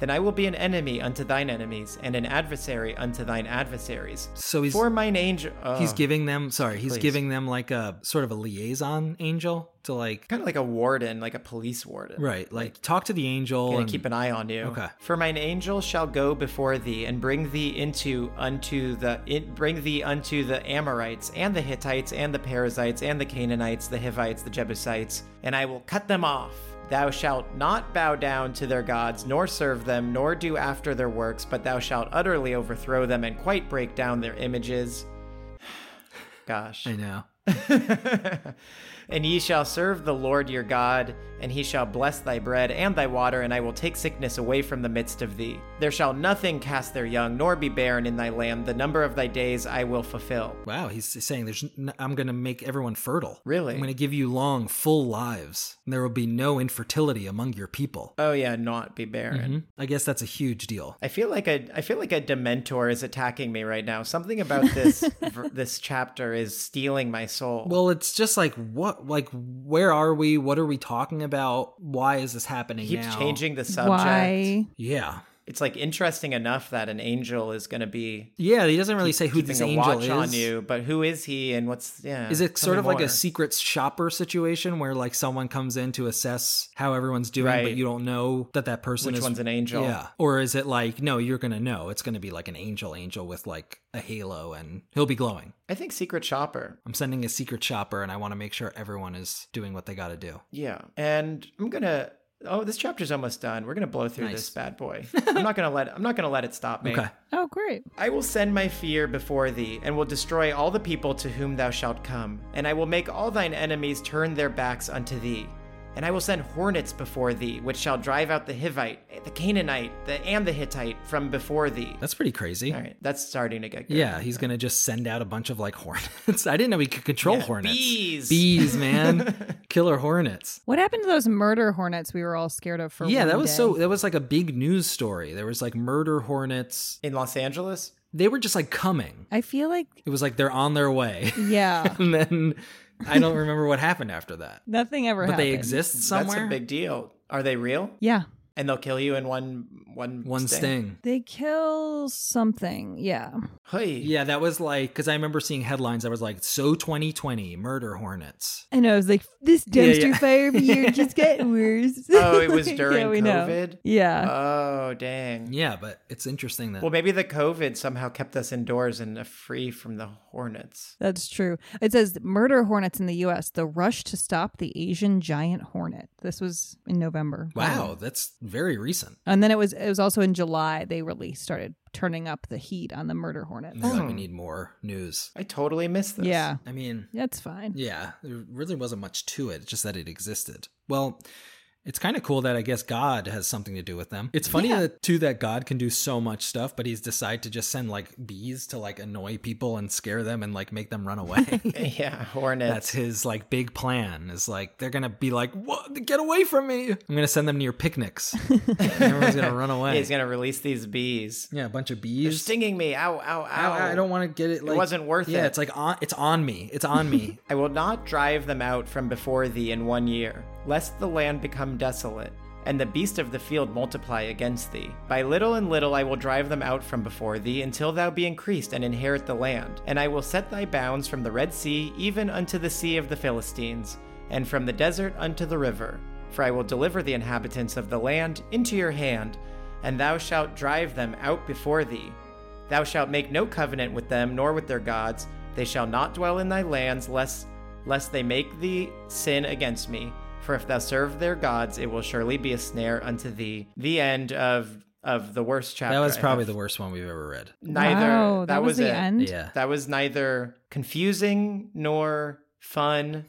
S1: then I will be an enemy unto thine enemies, and an adversary unto thine adversaries.
S2: so he's
S1: For mine angel. Oh,
S2: he's giving them sorry he's
S1: Please.
S2: giving them like a sort of a liaison angel to like
S1: Kind of like a warden, like a police warden.
S2: right like talk to the angel
S1: Gonna
S2: and
S1: keep an eye on you.
S2: Okay.
S1: For mine angel shall go before thee and bring thee into unto the it, bring thee unto the Amorites and the Hittites and the Perizzites and the Canaanites, the Hivites, the Jebusites, and I will cut them off. Thou shalt not bow down to their gods, nor serve them, nor do after their works, but thou shalt utterly overthrow them and quite break down their images. Gosh.
S2: I know
S1: and ye shall serve the Lord your God, and he shall bless thy bread and thy water, and I will take sickness away from the midst of thee. There shall nothing cast their young, nor be barren in thy land. The number of thy days I will fulfill.
S2: wow he's saying there's n- I'm gonna make everyone fertile
S1: Really?
S2: I'm gonna give you long full lives and there will be no infertility among your people
S1: Oh yeah, not be barren.
S2: Mhm. I guess that's a huge deal
S1: I feel like a I feel like a dementor is attacking me right now. Something about this ver- this chapter is stealing my soul.
S2: well it's just like what like where are we what are we talking about why is this happening
S1: keeps
S2: now?
S1: changing the subject.
S3: Why?
S2: yeah
S1: It's like interesting enough that an angel is going to be
S2: yeah he doesn't really say who
S1: keeping
S2: this
S1: a
S2: angel
S1: watch
S2: is
S1: on you, but who is he and what's yeah?
S2: Is it
S1: tell
S2: sort
S1: me
S2: of like a
S1: more.
S2: secret shopper situation where like someone comes in to assess how everyone's doing, but
S1: Right.
S2: you don't know that that person
S1: Which
S2: is
S1: one's an angel?
S2: Yeah. Or is it like no, you're gonna know. It's gonna be like an angel, angel with like a halo, and he'll be glowing.
S1: I think Secret Shopper.
S2: I'm sending a secret shopper, and I want to make sure everyone is doing what they got to do.
S1: Yeah. And I'm gonna oh, this chapter's almost done. We're gonna blow through
S2: Nice.
S1: this bad boy. I'm not gonna let I'm not gonna let it stop me.
S2: Okay.
S3: Oh, great.
S1: I will send my fear before thee, and will destroy all the people to whom thou shalt come, and I will make all thine enemies turn their backs unto thee. And I will send hornets before thee, which shall drive out the Hivite, the Canaanite, the, and the Hittite from before thee.
S2: That's pretty crazy.
S1: All right, that's starting to get good.
S2: Yeah, he's gonna just send out a bunch of like hornets. I didn't know he could control hornets.
S1: bees.
S2: bees, man, killer hornets.
S3: What happened to those murder hornets we were all scared of for
S2: yeah,
S3: one
S2: that was
S3: day?
S2: so. That was like a big news story. There was like murder hornets.
S1: in Los Angeles.
S2: They were just like coming.
S3: I feel like,
S2: It was like they're on their way,
S3: yeah,
S2: and then I don't remember what happened after that.
S3: nothing ever
S2: But
S3: happened.
S2: they exist somewhere.
S1: That's a big deal. Are they real?
S3: Yeah.
S1: And they'll kill you in one one
S2: One
S1: sting.
S2: sting.
S3: They kill something. Yeah.
S1: Hey.
S2: Yeah, that was like because I remember seeing headlines that was like "So 2020 murder hornets."
S3: I know. I was like, this
S2: Yeah,
S3: dumpster
S2: yeah.
S3: fire every year just getting worse.
S1: Oh, it was
S3: Like,
S1: during
S3: yeah, we know.
S1: COVID.
S3: Yeah.
S1: Oh, dang.
S2: Yeah, but it's interesting that
S1: Well, maybe the COVID somehow kept us indoors and uh, free from the hornets.
S3: That's true. It says murder hornets in the U.S. The rush to stop the Asian giant hornet. This was in November.
S2: wow, that's very recent.
S3: And then it was it was also in July they really started turning up the heat on the murder hornets.
S2: And they're like, we
S1: Mhm.
S2: need more news.
S1: I totally missed this.
S3: Yeah,
S2: I mean,
S3: that's fine.
S2: yeah, there really wasn't much to it, just that it existed. Well, it's kind of cool that I guess God has something to do with them. It's funny
S3: Yeah.
S2: that too that God can do so much stuff, but he's decided to just send like bees to like annoy people and scare them and like make them run away.
S1: Yeah, hornets.
S2: That's his like big plan. Is like they're gonna be like, "What? Get away from me!" I'm gonna send them to your picnics. And everyone's gonna run away.
S1: Yeah, he's gonna release these bees.
S2: yeah, a bunch of
S1: They're
S2: bees.
S1: stinging me. Ow, ow, ow.
S2: I, I don't want to get it. Like,
S1: wasn't worth
S2: Yeah,
S1: it.
S2: it's like on. It's on me. It's on me.
S1: I will not drive them out from before thee in one year, lest the land become desolate, and the beast of the field multiply against thee. By little and little I will drive them out from before thee, until thou be increased and inherit the land. And I will set thy bounds from the Red Sea even unto the sea of the Philistines, and from the desert unto the river. For I will deliver the inhabitants of the land into your hand, and thou shalt drive them out before thee. Thou shalt make no covenant with them, nor with their gods. They shall not dwell in thy lands, lest lest they make thee sin against me. For if thou serve their gods, it will surely be a snare unto thee. The end of of the worst chapter.
S2: that was
S1: I
S2: probably
S1: have.
S2: the worst one we've ever read.
S1: neither.
S3: Wow,
S1: that,
S3: that, was, the
S1: it.
S3: end.
S2: Yeah.
S1: That was neither confusing nor fun.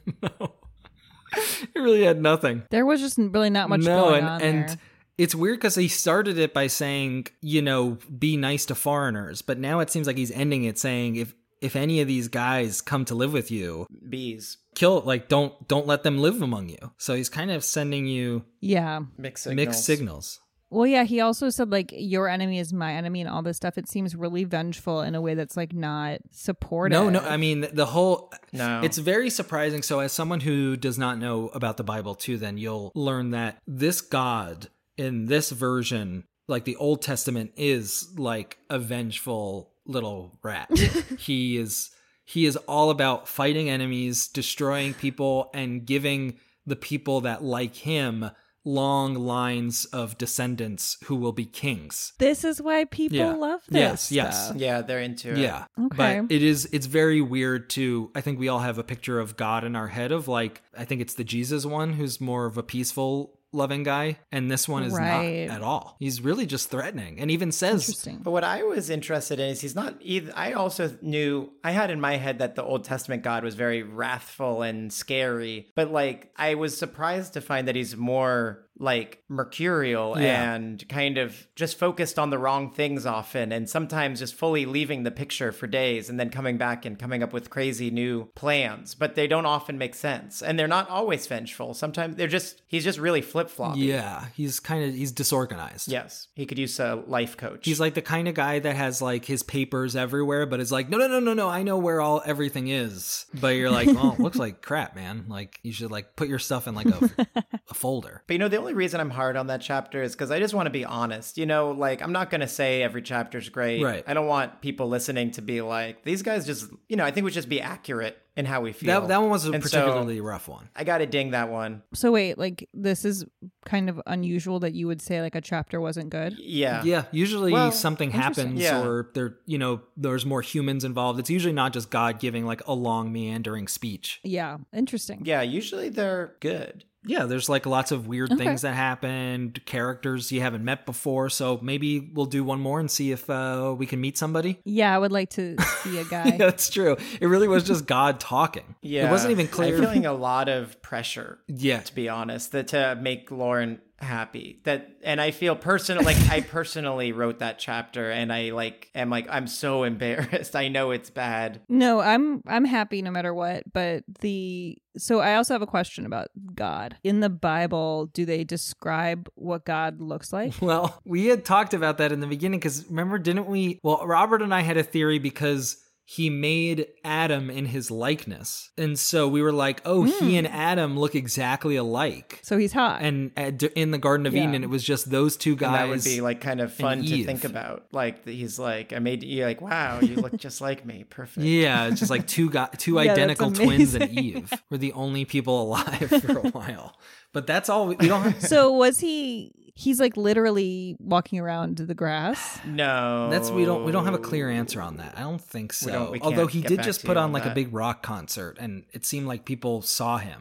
S2: it really had nothing.
S3: There was just really not much
S2: no,
S3: going
S2: and
S3: on
S2: and
S3: there.
S2: it's weird because he started it by saying, you know, be nice to foreigners, but now it seems like he's ending it saying, if if any of these guys come to live with you,
S1: Bees
S2: kill like don't don't let them live among you. So he's kind of sending you
S3: Yeah.
S1: mixed signals.
S2: mixed signals.
S3: Well, yeah, he also said like your enemy is my enemy and all this stuff. It seems really vengeful in a way that's like not supportive.
S2: No, no, I mean the whole
S1: No,
S2: It's very surprising. So, as someone who does not know about the Bible, too, then you'll learn that this God in this version, like the Old Testament, is like a vengeful little rat. he is he is all about fighting enemies, destroying people, and giving the people that like him long lines of descendants who will be kings.
S3: this is why people
S2: Yeah.
S3: love this.
S2: Yes, yes.
S3: stuff.
S1: yeah, they're into it.
S2: Yeah.
S3: Okay.
S2: But it is it's very weird to I think we all have a picture of God in our head of like I think it's the Jesus one who's more of a peaceful loving guy and this one is
S3: Right.
S2: not at all. He's really just threatening and even says
S3: Interesting.
S1: But what I was interested in is he's not either. I also knew, I had in my head that the Old Testament God was very wrathful and scary, but like I was surprised to find that he's more like mercurial
S2: Yeah.
S1: and kind of just focused on the wrong things often and sometimes just fully leaving the picture for days and then coming back and coming up with crazy new plans but they don't often make sense and they're not always vengeful sometimes they're just he's just really flip-floppy
S2: yeah, he's kind of he's disorganized.
S1: yes he could use a life coach
S2: He's like the kind of guy that has like his papers everywhere, but is like, no, no, no, no, no. I know where all everything is. But you're like, oh, it looks like crap, man. Like you should like put your stuff in like a, a folder.
S1: But you know, the only reason I'm hard on that chapter is because I just want to be honest. You know, like I'm not going to say every chapter's great.
S2: Right.
S1: I don't want people listening to be like, these guys just, you know, I think we should just be accurate in how we feel.
S2: That that one was a
S1: And so-
S2: particularly rough one.
S1: I got to ding that one.
S3: So wait, like this is kind of unusual that you would say like a chapter wasn't good.
S1: Yeah.
S2: Yeah, usually
S1: Well,
S2: something
S3: interesting.
S2: happens
S1: Yeah.
S2: or there you know there's more humans involved. It's usually not just God giving like a long meandering speech.
S3: Yeah, interesting.
S1: Yeah, Usually they're good.
S2: Yeah, there's like lots of weird
S3: Okay.
S2: things that happened, characters you haven't met before, so maybe we'll do one more and see if uh, we can meet somebody.
S3: Yeah, I would like to see a guy.
S2: That's true. It really was just God talking.
S1: Yeah.
S2: It wasn't even clear.
S1: I'm feeling a lot of pressure,
S2: yeah.
S1: to be honest, that to make Lauren happy. That and I feel personal like I personally wrote that chapter and I like am like I'm so embarrassed. I know it's bad.
S3: No, I'm I'm happy no matter what, but the so I also have a question about God. In the Bible, do they describe what God looks like?
S2: Well, we had talked about that in the beginning because remember, didn't we? Well, Robert and I had a theory because he made Adam in his likeness. And so we were like, oh,
S1: Hmm.
S2: he and Adam look exactly alike.
S3: So he's hot.
S2: And at, in the Garden of
S3: Yeah.
S2: Eden, it was just those two
S1: And
S2: guys.
S1: that would be like kind of fun to
S2: Eve.
S1: think about. Like that he's like, I made you like, wow, you look just like me, perfect.
S2: yeah, it's just like two guy, two
S3: that's
S2: identical twins and
S3: amazing.
S2: Eve were the only people alive for a while. But that's all we, we don't. Have,
S3: so was he he's like literally walking around the grass?
S1: No,
S2: That's we don't we don't have a clear answer on that. I don't think so.
S1: don't- Oh. we
S2: Although
S1: can't
S2: he
S1: get
S2: did
S1: back
S2: just
S1: to
S2: put
S1: you
S2: on
S1: on
S2: like a
S1: that.
S2: big rock concert, and it seemed like people saw him.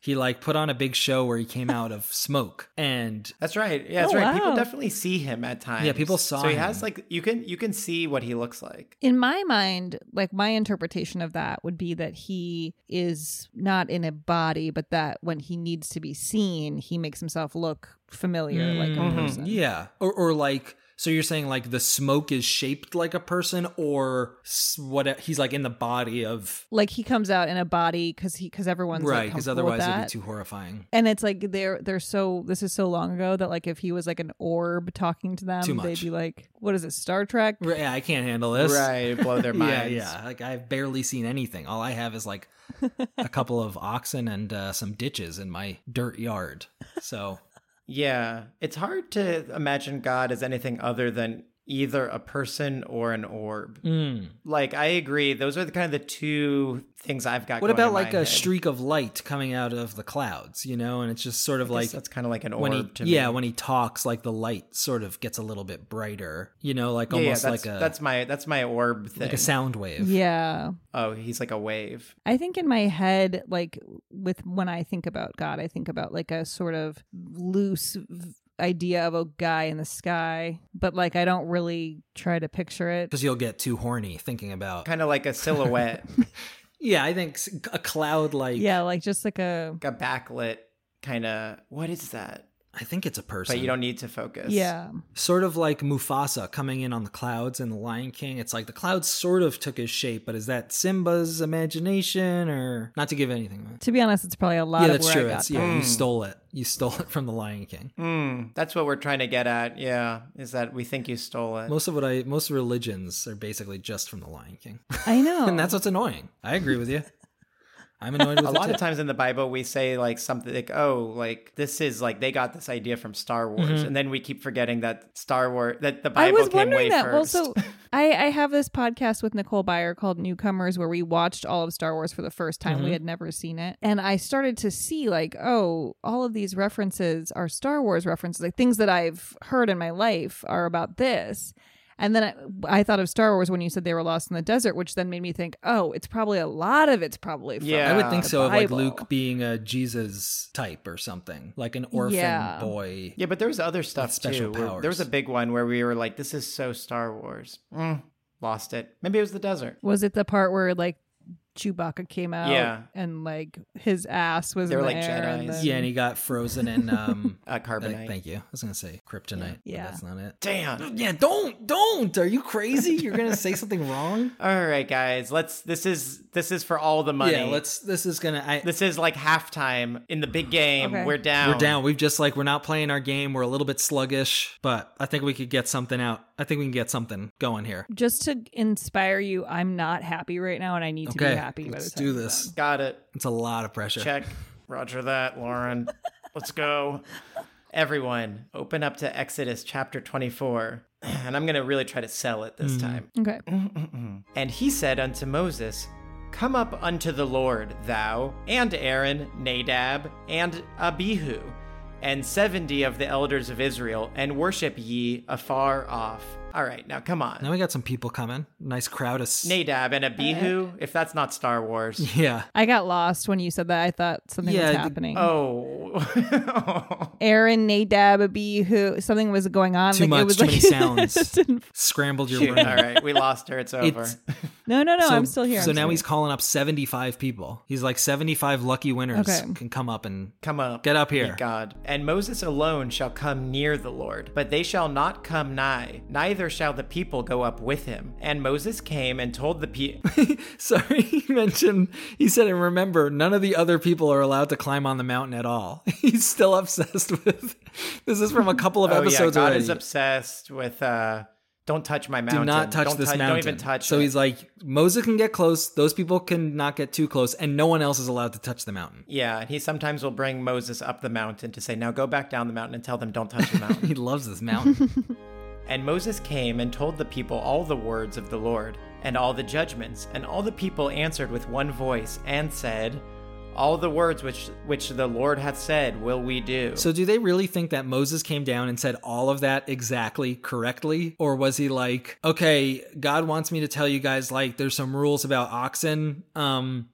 S2: He like put on a big show where he came out of smoke and
S1: That's right. Yeah, that's
S3: Oh,
S1: right. People
S3: wow.
S1: definitely see him at times.
S2: Yeah, people saw
S1: So he
S2: him.
S1: has like you can you can see what he looks like.
S3: in my mind, like my interpretation of that would be that he is not in a body, but that when he needs to be seen, he makes himself look familiar, like
S1: Mhm.
S2: Mm-hmm.
S3: a person.
S2: yeah, or or like so you're saying like the smoke is shaped like a person or s- what e, he's like in the body of
S3: Like he comes out in a body because he because everyone's
S2: right
S3: because
S2: because otherwise
S3: that.
S2: it'd be too horrifying.
S3: and it's like they're they're so this is so long ago that like if he was like an orb talking to them
S2: Too much.
S3: they'd be like what is it star trek
S2: Right, yeah, I can't handle this.
S1: Right. Blow their
S2: Yeah,
S1: minds.
S2: yeah. Like I've barely seen anything. All I have is like a couple of oxen and uh, some ditches in my dirt yard. So
S1: Yeah. It's hard to imagine God as anything other than either a person or an orb.
S2: mm.
S1: Like I agree. Those are the kind of the two things I've got.
S2: What
S1: going
S2: about
S1: in my
S2: like a
S1: head.
S2: streak of light coming out of the clouds, you know? And it's just sort of
S1: I guess
S2: like
S1: that's kind of like an orb
S2: when he,
S1: to me.
S2: yeah, when he talks, like the light sort of gets a little bit brighter, you know, like
S1: Yeah, yeah,
S2: almost
S1: that's,
S2: like a
S1: that's my that's my orb thing.
S2: like a sound wave.
S3: yeah
S1: Oh, he's like a wave.
S3: I think in my head, like with when I think about God, I think about like a sort of loose v- idea of a guy in the sky, but like I don't really try to picture it.
S2: Because you'll get too horny thinking about.
S1: Kind of like a silhouette,
S2: Yeah, I think s- a cloud like.
S3: Yeah, like just like a
S1: like a backlit kind of what is that?
S2: I think it's a person.
S1: But you don't need to focus.
S3: yeah,
S2: sort of like Mufasa coming in on the clouds in The Lion King. It's like the clouds sort of took his shape, but is that Simba's imagination or not to give anything away?
S3: to be honest, it's probably a lot
S2: Yeah,
S3: of
S2: that's
S3: where
S2: true.
S3: I got
S2: It's, yeah, you
S1: Mm.
S2: stole it. You stole it from The Lion King.
S1: Mm, that's what we're trying to get at. Yeah, is that we think you stole it.
S2: Most of what I most religions are basically just from The Lion King,
S3: that. I know.
S2: and that's what's annoying. I agree with you. I'm annoyed with
S1: a
S2: it
S1: lot
S2: too.
S1: of times in the Bible, we say like something like, "Oh, like this is like they got this idea from Star Wars,"
S2: Mhm.
S1: and then we keep forgetting that Star Wars that the
S3: Mm-hmm. I
S1: Bible
S3: was
S1: came way
S3: wondering that.
S1: first.
S3: Well, so I, I have this podcast with Nicole Byer called Newcomers where we watched all of Star Wars for the first time.
S1: Mm-hmm.
S2: Mhm.
S3: We had never seen it. And I started to see, like, oh, all of these references are Star Wars references. Like things that I've heard in my life are about this. And then I, I thought of Star Wars when you said they were lost in the desert, which then made me think, oh, it's probably a lot of it's probably from
S1: Yeah.
S2: I would think
S3: the
S2: so of like
S3: uh, Bible.
S2: Luke being a Jesus type or something, like an orphan
S3: Yeah.
S2: boy.
S1: yeah, but there was other stuff
S2: With special
S1: too. where- There was a
S2: powers.
S1: big one where we were like, "This is so Star Wars." Mm, lost it. Maybe it was the desert.
S3: Was it the part where like Chewbacca came out
S1: Yeah.
S3: and like his ass was
S1: They
S3: in
S1: were
S3: the
S1: like
S3: air and
S1: Jedis.
S3: then-
S2: Yeah, and he got frozen in um,
S1: Uh,
S2: I think-
S1: carbonite.
S2: thank you. I was gonna say kryptonite. Yeah,
S3: Yeah.
S2: that's not it.
S1: Damn.
S2: Yeah, don't, don't. Are you crazy? You're gonna say something wrong.
S1: All right, guys. Let's. This is this is for all the money.
S2: Yeah, let's. This is gonna. I,
S1: This is like halftime in the big game.
S3: Okay.
S1: We're down.
S2: We're down. We've just like we're not playing our game. We're a little bit sluggish, but I think we could get something out. I think we can get something going here.
S3: just to inspire you, I'm not happy right now, and I need to
S2: Okay,
S3: be happy. by
S2: let's
S3: the time
S2: do
S3: I'm
S2: this.
S3: done.
S1: Got it.
S2: It's a lot of pressure.
S1: Check. Roger that, Lauren. Let's go. Everyone, open up to Exodus chapter 24. And I'm going to really try to sell it this
S2: Mhm.
S1: time.
S3: Okay.
S1: And he said unto Moses, Come up unto the Lord, thou, and Aaron, Nadab, and Abihu, and seventy of the elders of Israel, and worship ye afar off. All right, now come on.
S2: Now we got some people coming. Nice crowd of. s-
S1: Nadab and Abihu, if that's not Star Wars.
S2: Yeah.
S3: I got lost when you said that. I thought something
S2: Yeah,
S3: was
S2: the-
S3: happening.
S1: Oh.
S3: Aaron, Nadab, Abihu, something was going on.
S2: Too
S3: like,
S2: much,
S3: It was
S2: too
S3: like,
S2: many sounds.
S3: it didn't-
S2: Scrambled your
S1: Shoot,
S2: brain.
S1: all right, we lost her. It's over.
S2: It's-
S3: no, no, no. I'm still here.
S2: So
S3: I'm
S2: now
S3: still
S2: he's
S3: here.
S2: calling up 75 people. He's like 75 lucky winners
S3: Okay.
S2: can come up and
S1: Come up.
S2: Get up here.
S1: Ye God. And Moses alone shall come near the Lord, but they shall not come nigh, neither shall the people go up with him. And Moses came and told the people.
S2: Sorry, he mentioned, he said, and remember, none of the other people are allowed to climb on the mountain at all. He's still obsessed with this. Is from a couple of
S1: oh, yeah,
S2: episodes
S1: God
S2: already.
S1: is obsessed with, uh, don't touch my mountain.
S2: Do not touch
S1: don't
S2: this
S1: touch,
S2: mountain.
S1: Don't even touch
S2: so
S1: it.
S2: he's like, Moses can get close, those people can not get too close, and no one else is allowed to touch the mountain.
S1: yeah, and he sometimes will bring Moses up the mountain to say, now go back down the mountain and tell them don't touch the mountain.
S2: He loves this mountain.
S1: And Moses came and told the people all the words of the Lord, and all the judgments, and all the people answered with one voice, and said, All the words which which the Lord hath said will we do.
S2: so, do they really think that Moses came down and said all of that exactly correctly? Or was he like, okay, God wants me to tell you guys, like, there's some rules about oxen. Um,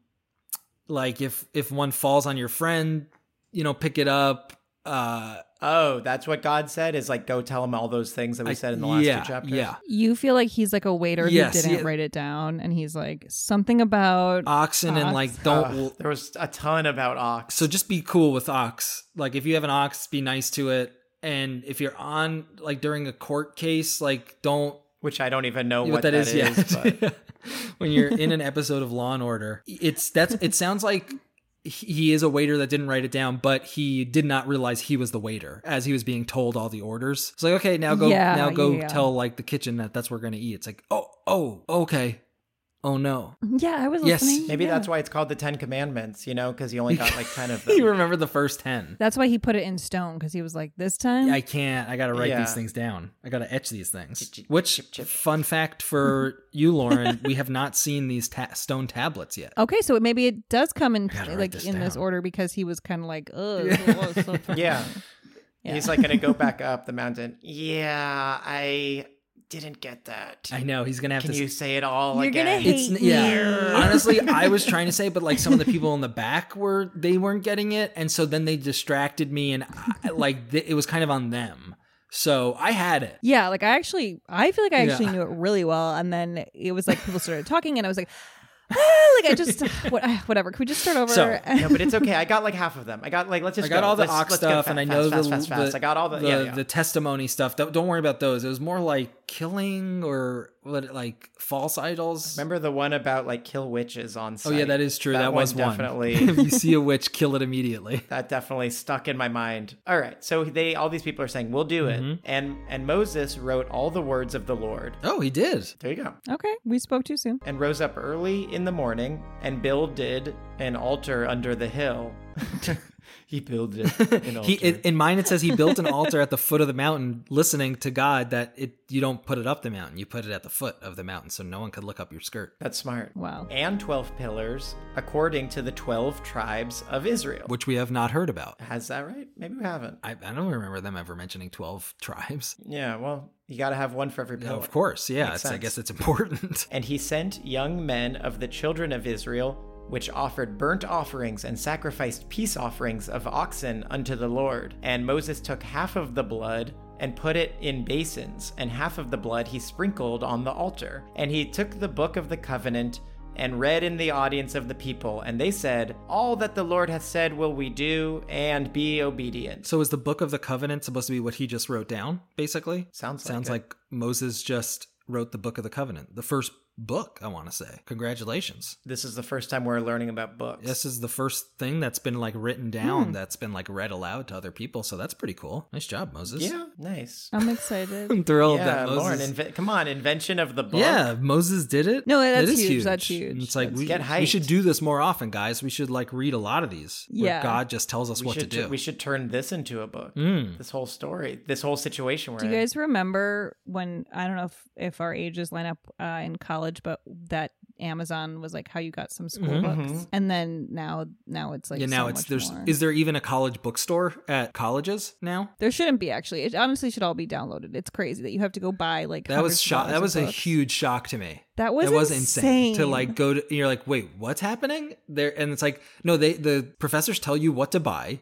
S2: Like if if one falls on your friend, you know, pick it up. Uh,
S1: Oh, that's what God said is like, go tell him all those things that we
S2: I-
S1: said in the last
S2: yeah,
S1: two chapters.
S2: Yeah,
S3: You feel like he's like a waiter
S2: Yes,
S3: who didn't
S2: yeah. Uh,
S3: write it down, and he's like something about
S2: oxen and
S3: Ox.
S2: like
S1: Ugh,
S2: don't.
S1: there was a ton about ox.
S2: so just be cool with ox. Like if you have an ox, be nice to it. And if you're on like during a court case, like don't
S1: which I don't even know
S2: what,
S1: what
S2: that is,
S1: but
S2: yet. when you're in an episode of Law and Order, it's that's it sounds like he he is a waiter that didn't write it down, but he did not realize he was the waiter as he was being told all the orders. It's like, okay, now go,
S3: Yeah,
S2: now go
S3: yeah, yeah.
S2: tell like the kitchen that that's what we're gonna eat. It's like, oh, oh, okay, oh no,
S3: yeah. I was
S2: Yes.
S3: listening.
S1: maybe
S3: Yeah.
S1: that's why it's called the Ten Commandments, you know, because you only got like ten of
S2: he
S1: them.
S2: remembered the first ten.
S3: that's why he put it in stone because he was like, this time
S2: I can't. I gotta write
S1: Yeah.
S2: these things down. I gotta etch these things.
S1: Chip, chip,
S2: Which
S1: chip, chip.
S2: fun fact for you, Lauren? we have not seen these ta- stone tablets yet.
S3: Okay, so it- maybe it does come in
S2: gotta write
S3: like
S2: this
S3: in this
S2: down.
S3: order because he was kind of like, ugh,
S2: Yeah.
S3: oh, it's so funny."
S1: yeah.
S3: Yeah.
S1: he's like gonna go back up the mountain. Yeah, I didn't get that.
S2: I know he's gonna have
S1: Can
S2: to
S1: you say it all
S3: You're
S1: again?
S3: gonna
S2: It's
S3: hate
S2: yeah.
S3: me.
S2: Honestly, I was trying to say, but like some of the people in the back were they weren't getting it, and so then they distracted me, and I, like th- it was kind of on them. So I had it.
S3: yeah, like I actually, I feel like I actually
S2: Yeah.
S3: knew it really well, and then it was like people started talking, and I was like, "Ah," like I just what, ah, whatever. Can we just start over?
S2: So,
S1: no, but it's okay. I got like half of them. I got like let's just
S2: I got
S1: go.
S2: all the
S1: Let's-
S2: ox
S1: let's go
S2: stuff,
S1: fa-
S2: and I
S1: fast,
S2: know
S1: fast,
S2: the,
S1: fast,
S2: the-
S1: fast. I got all the, yeah, yeah.
S2: the testimony stuff. Don't, don't worry about those. It was more like killing or what, like false idols.
S1: Remember the one about like kill witches on
S2: Oh
S1: site?
S2: yeah, that is true. That,
S1: That one
S2: was one.
S1: definitely-
S2: if you see a witch, kill it immediately.
S1: that definitely stuck in my mind. All right, so they all these people are saying we'll do it,
S2: Mm-hmm.
S1: and and Moses wrote all the words of the Lord.
S2: Oh, he did.
S1: There you go.
S3: okay, we spoke too soon.
S1: And rose up early in the morning and builded an altar under the hill. he builded an altar.
S2: He in, in mine it says he built an altar at the foot of the mountain, listening to God that it you don't put it up the mountain, you put it at the foot of the mountain, so no one could look up your skirt,
S1: That's smart.
S3: Wow.
S1: And twelve pillars according to the twelve tribes of Israel.
S2: which we have not heard about.
S1: Has that right? Maybe we haven't.
S2: I, I don't remember them ever mentioning twelve tribes.
S1: Yeah. Well, you got to have one for every pillar.
S2: No, of course, yeah,
S1: Makes
S2: it's, I
S1: sense.
S2: guess it's important.
S1: And he sent young men of the children of Israel, which offered burnt offerings and sacrificed peace offerings of oxen unto the Lord. And Moses took half of the blood and put it in basins, and half of the blood he sprinkled on the altar. And he took the book of the covenant and read in the audience of the people. And they said, All that the Lord hath said will we do, and be obedient.
S2: So is the book of the covenant supposed to be what he just wrote down? Basically,
S1: Sounds like
S2: sounds
S1: it.
S2: like Moses just wrote the book of the covenant, the first book. I want to say congratulations.
S1: This is the first time we're learning about books.
S2: This is the first thing that's been like written
S3: Hmm.
S2: down that's been like read aloud to other people. So that's pretty cool. Nice job, Moses.
S1: Yeah, nice.
S3: I'm excited.
S2: I'm thrilled
S1: yeah,
S2: that Moses.
S1: Lauren, inve- come on, invention of the book.
S2: yeah, Moses did it.
S3: No,
S2: That
S3: that's
S2: is
S3: huge, that's huge.
S2: And it's like
S1: Let's
S2: we,
S1: get
S2: we
S1: hyped.
S2: should do this more often, guys. We should like read a lot of these. where
S3: Yeah.
S2: God just tells us
S1: We
S2: what to
S1: should
S2: do.
S1: we should turn this into a book.
S2: Mm.
S1: This whole story, this whole situation we're
S3: Do you
S1: in.
S3: guys remember when I don't know if, if our ages line up uh, in college, but that Amazon was like how you got some school
S1: Mhm.
S3: books, and then now now it's like
S2: Mm-hmm. yeah, now
S3: so
S2: it's
S3: much
S2: there's
S3: more.
S2: is there even a college bookstore at colleges now?
S3: There shouldn't be actually. It honestly should all be downloaded. It's crazy that you have to go buy like
S2: That was
S3: hundreds of
S2: shock.
S3: dollars
S2: That
S3: of
S2: was a
S3: books.
S2: huge shock to me.
S3: That was
S2: that was insane. to
S3: insane.
S2: like go to and you're like wait what's happening there and it's like no they the professors tell you what to buy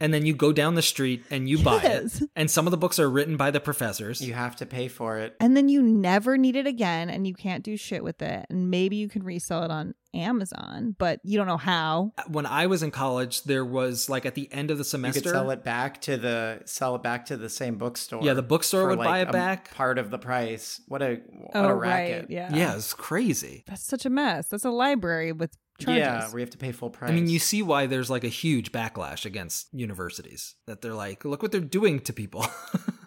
S2: and then you go down the street and you buy
S3: Yes.
S2: it and some of the books are written by the professors
S1: You have to pay for it.
S3: And then you never need it again, and you can't do shit with it. And maybe you can resell it on Amazon, but you don't know how.
S2: when i was in college there was like at the end of the
S1: You
S2: semester
S1: could sell it back to the sell it back to the same bookstore.
S2: Yeah, the bookstore
S1: for,
S2: would buy it
S1: a
S2: back.
S1: part of the price. What a what
S3: oh
S1: a racket.
S3: right, yeah,
S2: yeah it's crazy
S3: That's such a mess. That's a library with charges.
S1: yeah, we have to pay full price.
S2: I mean, you see why there's like a huge backlash against universities that they're like, look what they're doing to people.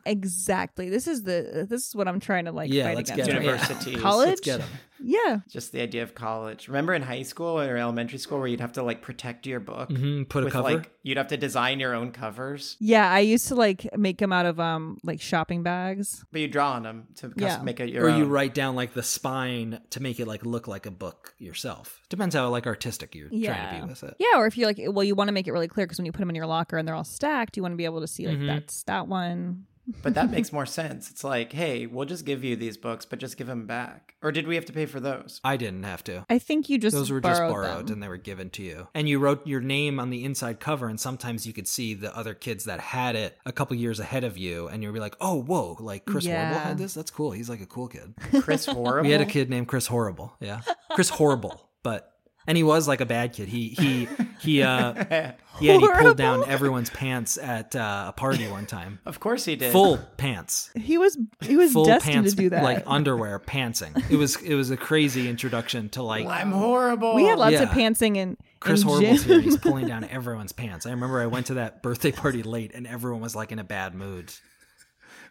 S3: Exactly. This is the this is what I'm trying to like
S2: Yeah,
S3: fight
S2: let's
S3: against.
S2: get
S3: right
S2: it.
S3: now.
S1: Universities.
S3: College.
S2: Let's get 'em.
S3: Yeah.
S1: just the idea of college. Remember in high school or elementary school where you'd have to like protect your book
S2: Mhm, put a
S1: with
S2: cover.
S1: like you'd have to design your own covers,
S3: Yeah. I used to like make them out of um like shopping bags.
S1: but you draw on them to cus-
S3: Yeah.
S1: make it your
S2: or
S1: own.
S2: you write down like the spine to make it like look like a book yourself. Depends how like artistic you're trying to
S3: Yeah.
S2: be with it.
S3: Yeah, or if you're like, well, you want to make it really clear because when you put them in your locker and they're all stacked, you want to be able to see like
S2: Mhm.
S3: that's that one.
S1: But that makes more sense. It's like, hey, we'll just give you these books, but just give them back. Or did we have to pay for those?
S2: I didn't have to.
S3: I think you just
S2: Those were
S3: borrowed
S2: just borrowed
S3: them.
S2: and they were given to you. And you wrote your name on the inside cover, and sometimes you could see the other kids that had it a couple years ahead of you, and you'd be like, oh, whoa, like Chris Horrible
S3: Yeah.
S2: had this? That's cool. He's like a cool kid.
S1: Chris Horrible.
S2: We had a kid named Chris Horrible. Yeah. Chris Horrible. But and he was like a bad kid. He he he uh yeah, he pulled down everyone's pants at uh, a party one time.
S1: of course he did.
S2: Full pants.
S3: He was he was
S2: Full
S3: destined
S2: pants
S3: to do that.
S2: like underwear pantsing. It was it was a crazy introduction to like
S1: I'm horrible.
S3: we had lots of
S2: Yeah.
S3: pantsing and
S2: Chris
S3: and
S2: Horrible
S3: gym.
S2: series pulling down everyone's pants. I remember I went to that birthday party late and everyone was like in a bad mood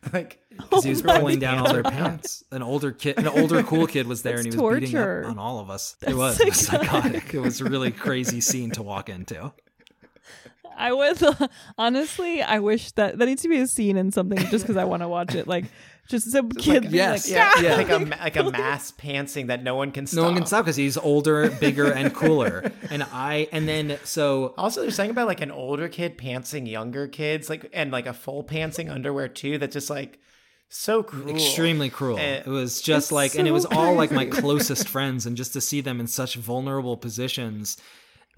S1: like
S2: because
S3: Oh
S2: he was
S1: Everyone's
S2: pulling down all their pants. An older kid, an older cool kid was there
S3: That's
S2: and he was beating
S3: torture.
S2: up on all of us. it was it was psychotic. It was a really crazy scene to walk into.
S3: I was honestly, I wish that that needs to be a scene in something just because I want to watch it. Like just some kid. being
S2: yes,
S3: like,
S1: yeah,
S2: Yeah.
S1: like a ma- like a mass pantsing that no one can stop.
S2: No one can stop because he's older, bigger, and cooler. And I and then so
S1: Also, they're saying about like an older kid pantsing younger kids, like and like a full pantsing underwear too. That's just like so cruel.
S2: extremely cruel.
S1: Eh,
S2: it was just like, and it
S3: so
S2: was all like my closest friends, and just to see them in such vulnerable positions.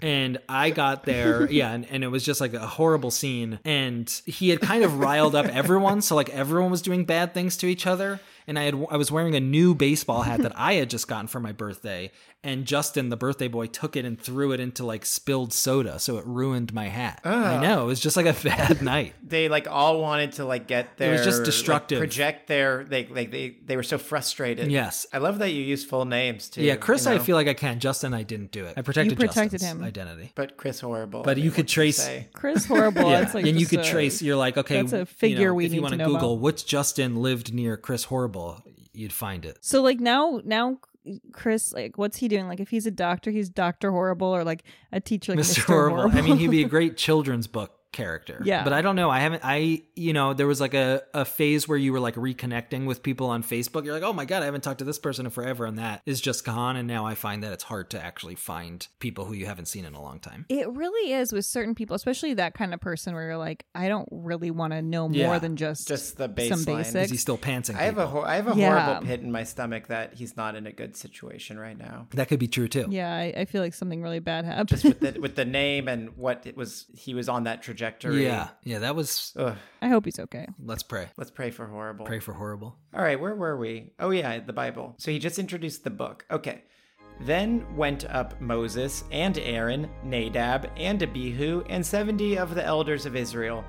S2: And I got there, yeah, and, and it was just like a horrible scene. And he had kind of riled up everyone, so like everyone was doing bad things to each other. And I had I was wearing a new baseball hat that I had just gotten for my birthday, and Justin, the birthday boy, took it and threw it into like spilled soda, so it ruined my hat.
S1: Ah.
S2: I know it was just like a bad night.
S1: They like all wanted to like get their
S2: was just
S1: like,
S2: destructive.
S1: project their they like they they were so frustrated.
S2: Yes.
S1: I love that you use full names too.
S2: Yeah, Chris,
S1: you know?
S2: I feel like I can. Justin, I didn't do it. I protected,
S3: protected
S2: Justin's
S3: him.
S2: identity.
S1: but Chris horrible. I
S2: But
S1: mean,
S2: you
S1: what
S2: could
S1: can
S2: trace-
S1: say?
S3: Chris horrible.
S2: yeah,
S3: It's like
S2: and you
S3: just
S2: could
S3: a-
S2: trace. You're like, okay,
S3: that's a
S2: you know,
S3: figure we
S2: if you
S3: need
S2: want
S3: to
S2: to
S3: know
S2: Google
S3: about.
S2: which Justin lived near Chris Horrible, you'd find it.
S3: So like now now Chris like what's he doing? Like if he's a doctor, he's Doctor Horrible or like a teacher like Mr. Horrible.
S2: I mean, he'd be a great children's book character.
S3: Yeah.
S2: But I don't know. I haven't, I, you know, there was like a, a phase where you were like reconnecting with people on Facebook. You're like, oh my God, I haven't talked to this person in forever. And that is just gone. And now I find that it's hard to actually find people who you haven't seen in a long time.
S3: it really is with certain people, especially that kind of person where you're like, I don't really want to know more
S2: Yeah,
S3: than just
S1: just the baseline.
S3: some
S2: Is he
S3: basics.
S2: still pantsing?
S1: I have a
S2: people?
S1: hor- I have a
S3: Yeah.
S1: horrible pit in my stomach that he's not in a good situation right now.
S2: that could be true too.
S3: Yeah, I, I feel like something really bad happened.
S1: Just with the with the name and what it was, he was on that trajectory.
S2: Yeah, yeah, that was.
S1: Ugh,
S3: I hope he's okay.
S2: Let's pray.
S1: let's pray for horrible.
S2: Pray for horrible.
S1: All right, where were we? Oh, yeah, the Bible. So he just introduced the book. Okay. Then went up Moses and Aaron, Nadab and Abihu, and 70 of the elders of Israel.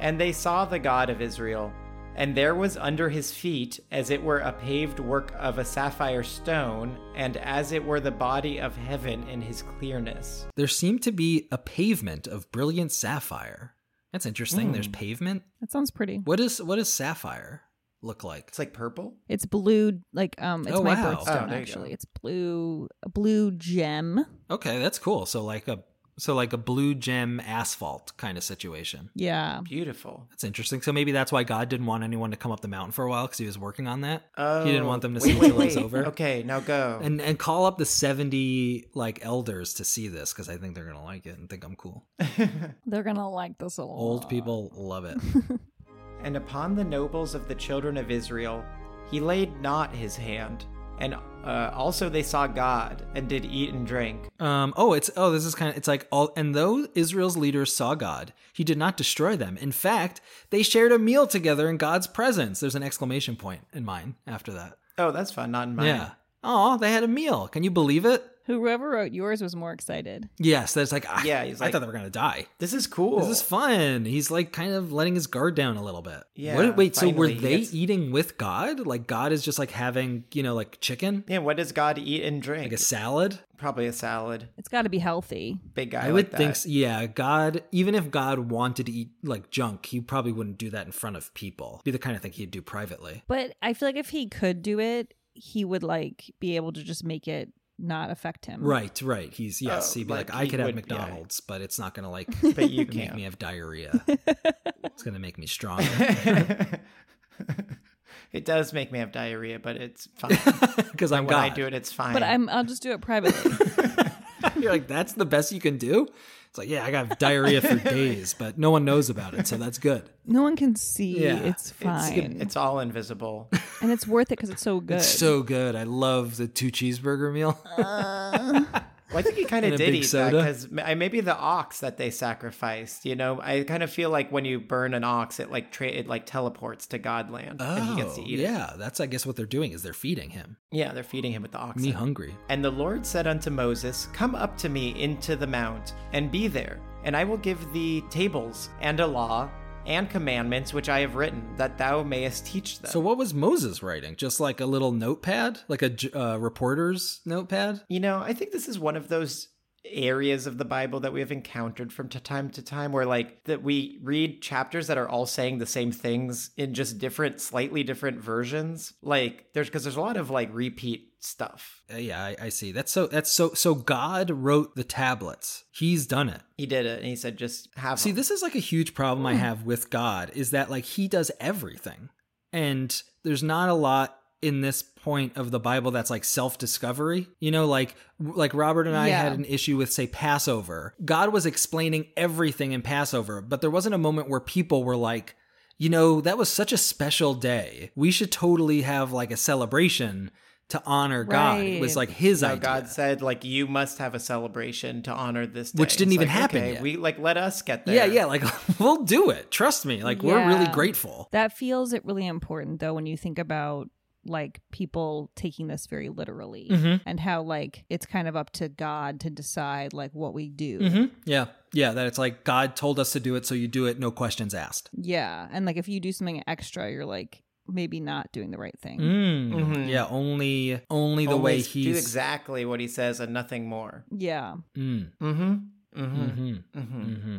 S1: And they saw the God of Israel. And there was under his feet, as it were a paved work of a sapphire stone, and as it were the body of heaven in his clearness.
S2: There seemed to be a pavement of brilliant sapphire. That's interesting. There's
S1: Hmm.
S2: pavement.
S3: That sounds pretty.
S2: What is what does sapphire look like?
S1: It's like purple?
S3: It's blue, like um, it's
S2: Oh,
S3: my
S2: wow.
S1: Oh,
S3: birthstone
S1: there you
S3: actually.
S1: go.
S3: It's blue, a blue gem.
S2: Okay, that's cool. So like a so like a blue gem asphalt kind of situation.
S3: Yeah,
S1: Beautiful.
S2: That's interesting. So maybe that's why God didn't want anyone to come up the mountain for a while because he was working on that.
S1: Oh,
S2: he didn't want them to
S1: wait,
S2: see it
S1: wait,
S2: till it was
S1: wait.
S2: over.
S1: Okay, now go.
S2: And and call up the seventy like elders to see this because I think they're gonna like it and think I'm cool.
S3: they're gonna like this a lot.
S2: Old people love it.
S1: And upon the nobles of the children of Israel he laid not his hand. And uh, also they saw God and did eat and drink.
S2: Um, oh, it's oh, this is kind of it's like all and though Israel's leaders saw God, he did not destroy them. In fact, they shared a meal together in God's presence. There's an exclamation point in mine after that.
S1: Oh, that's fun. Not in mine.
S2: Yeah. Oh, they had a meal. Can you believe it?
S3: Whoever wrote yours was more excited.
S2: Yes, that's like I,
S1: Yeah, he's
S2: I
S1: like-
S2: thought they were gonna die.
S1: This is cool.
S2: This is fun. He's like kind of letting his guard down a little bit.
S1: Yeah,
S2: What- wait, so were
S1: finally he
S2: they
S1: gets-
S2: eating with God? Like God is just like having, you know, like chicken,
S1: yeah, what does God eat and drink?
S2: like a salad?
S1: Probably a salad.
S3: It's got to be healthy.
S1: Big guy.
S2: I,
S1: like
S2: would
S1: that.
S2: think, s- yeah, God, even if God wanted to eat like junk, he probably wouldn't do that in front of people. Be the kind of thing he'd do privately.
S3: But I feel like if he could do it, he would like be able to just make it not affect him.
S2: Right, right. He's, yes,
S1: Oh,
S2: he'd be like,
S1: like,
S2: I
S1: he
S2: could have
S1: would- yeah.
S2: McDonald's, but it's not going to like
S1: But you
S2: make me
S1: can't.
S2: have diarrhea. it's going to make me strong.
S1: it does make me have diarrhea, but it's fine.
S2: Because I'm
S1: when
S2: God.
S1: I do it, it's fine.
S3: But I'm. I'll just do it privately.
S2: You're like, that's the best you can do? It's like, yeah, I got diarrhea for days, but no one knows about it, so that's good.
S3: No one can see.
S2: Yeah.
S1: It's,
S3: It's fine.
S1: it's all invisible.
S3: and it's worth it because it's so good.
S2: It's so good. I love the two cheeseburger meal.
S1: Well, I think he kind
S2: And
S1: of
S2: a
S1: did
S2: big
S1: eat
S2: soda.
S1: that because maybe the ox that they sacrificed. You know, I kind of feel like when you burn an ox, it like tra- it like teleports to Godland and he gets to
S2: Oh,
S1: eat it.
S2: yeah, that's I guess what they're doing is they're feeding him.
S1: Yeah, they're feeding him with the ox.
S2: Me hungry.
S1: And the Lord said unto Moses, Come up to me into the mount, and be there, and I will give thee tables, and a law, and commandments which I have written, that thou mayest teach them.
S2: So what was Moses writing? Just like a little notepad, like a j- uh, reporter's notepad.
S1: you know, I think this is one of those areas of the Bible that we have encountered from t- time to time where, like, that we read chapters that are all saying the same things in just different, slightly different versions. Like, there's because there's a lot of like repeat stuff.
S2: Uh, yeah, I, I see. That's so. That's so. So God wrote the tablets. He's done it.
S1: He did it, and he said, Just have
S2: See,
S1: them."
S2: this is like a huge problem
S3: Hmm.
S2: I have with God is that like he does everything. And there's not a lot in this point of the Bible that's like self-discovery. You know, like like Robert and I
S3: Yeah.
S2: had an issue with say Passover. God was explaining everything in Passover, but there wasn't a moment where people were like you know, that was such a special day. We should totally have like a celebration to honor God. It was
S3: Right.
S2: like his
S1: No,
S2: idea.
S1: God said, like, you must have a celebration to honor this day.
S2: Which didn't
S1: It's
S2: even
S1: like,
S2: happen
S1: okay,
S2: yet.
S1: We like let us get there.
S2: yeah, yeah, like we'll do it. Trust me. Like we're really
S3: Yeah.
S2: grateful.
S3: that feels it really important though when you think about like people taking this very literally
S2: Mhm.
S3: and how like it's kind of up to God to decide like what we do.
S2: Mm-hmm. Yeah. Yeah. That it's like God told us to do it, so you do it, no questions asked.
S3: Yeah, and like if you do something extra, you're like maybe not doing the right thing.
S2: Mm.
S1: Mhm.
S2: Yeah. Only, only the
S1: Only
S2: way
S1: do
S2: he's.
S1: exactly what he says and nothing more.
S3: Yeah,
S2: Mm.
S1: Mm-hmm. Mm-hmm.
S2: Mm-hmm.
S1: Mm-hmm.
S2: Mm-hmm.
S1: mm-hmm.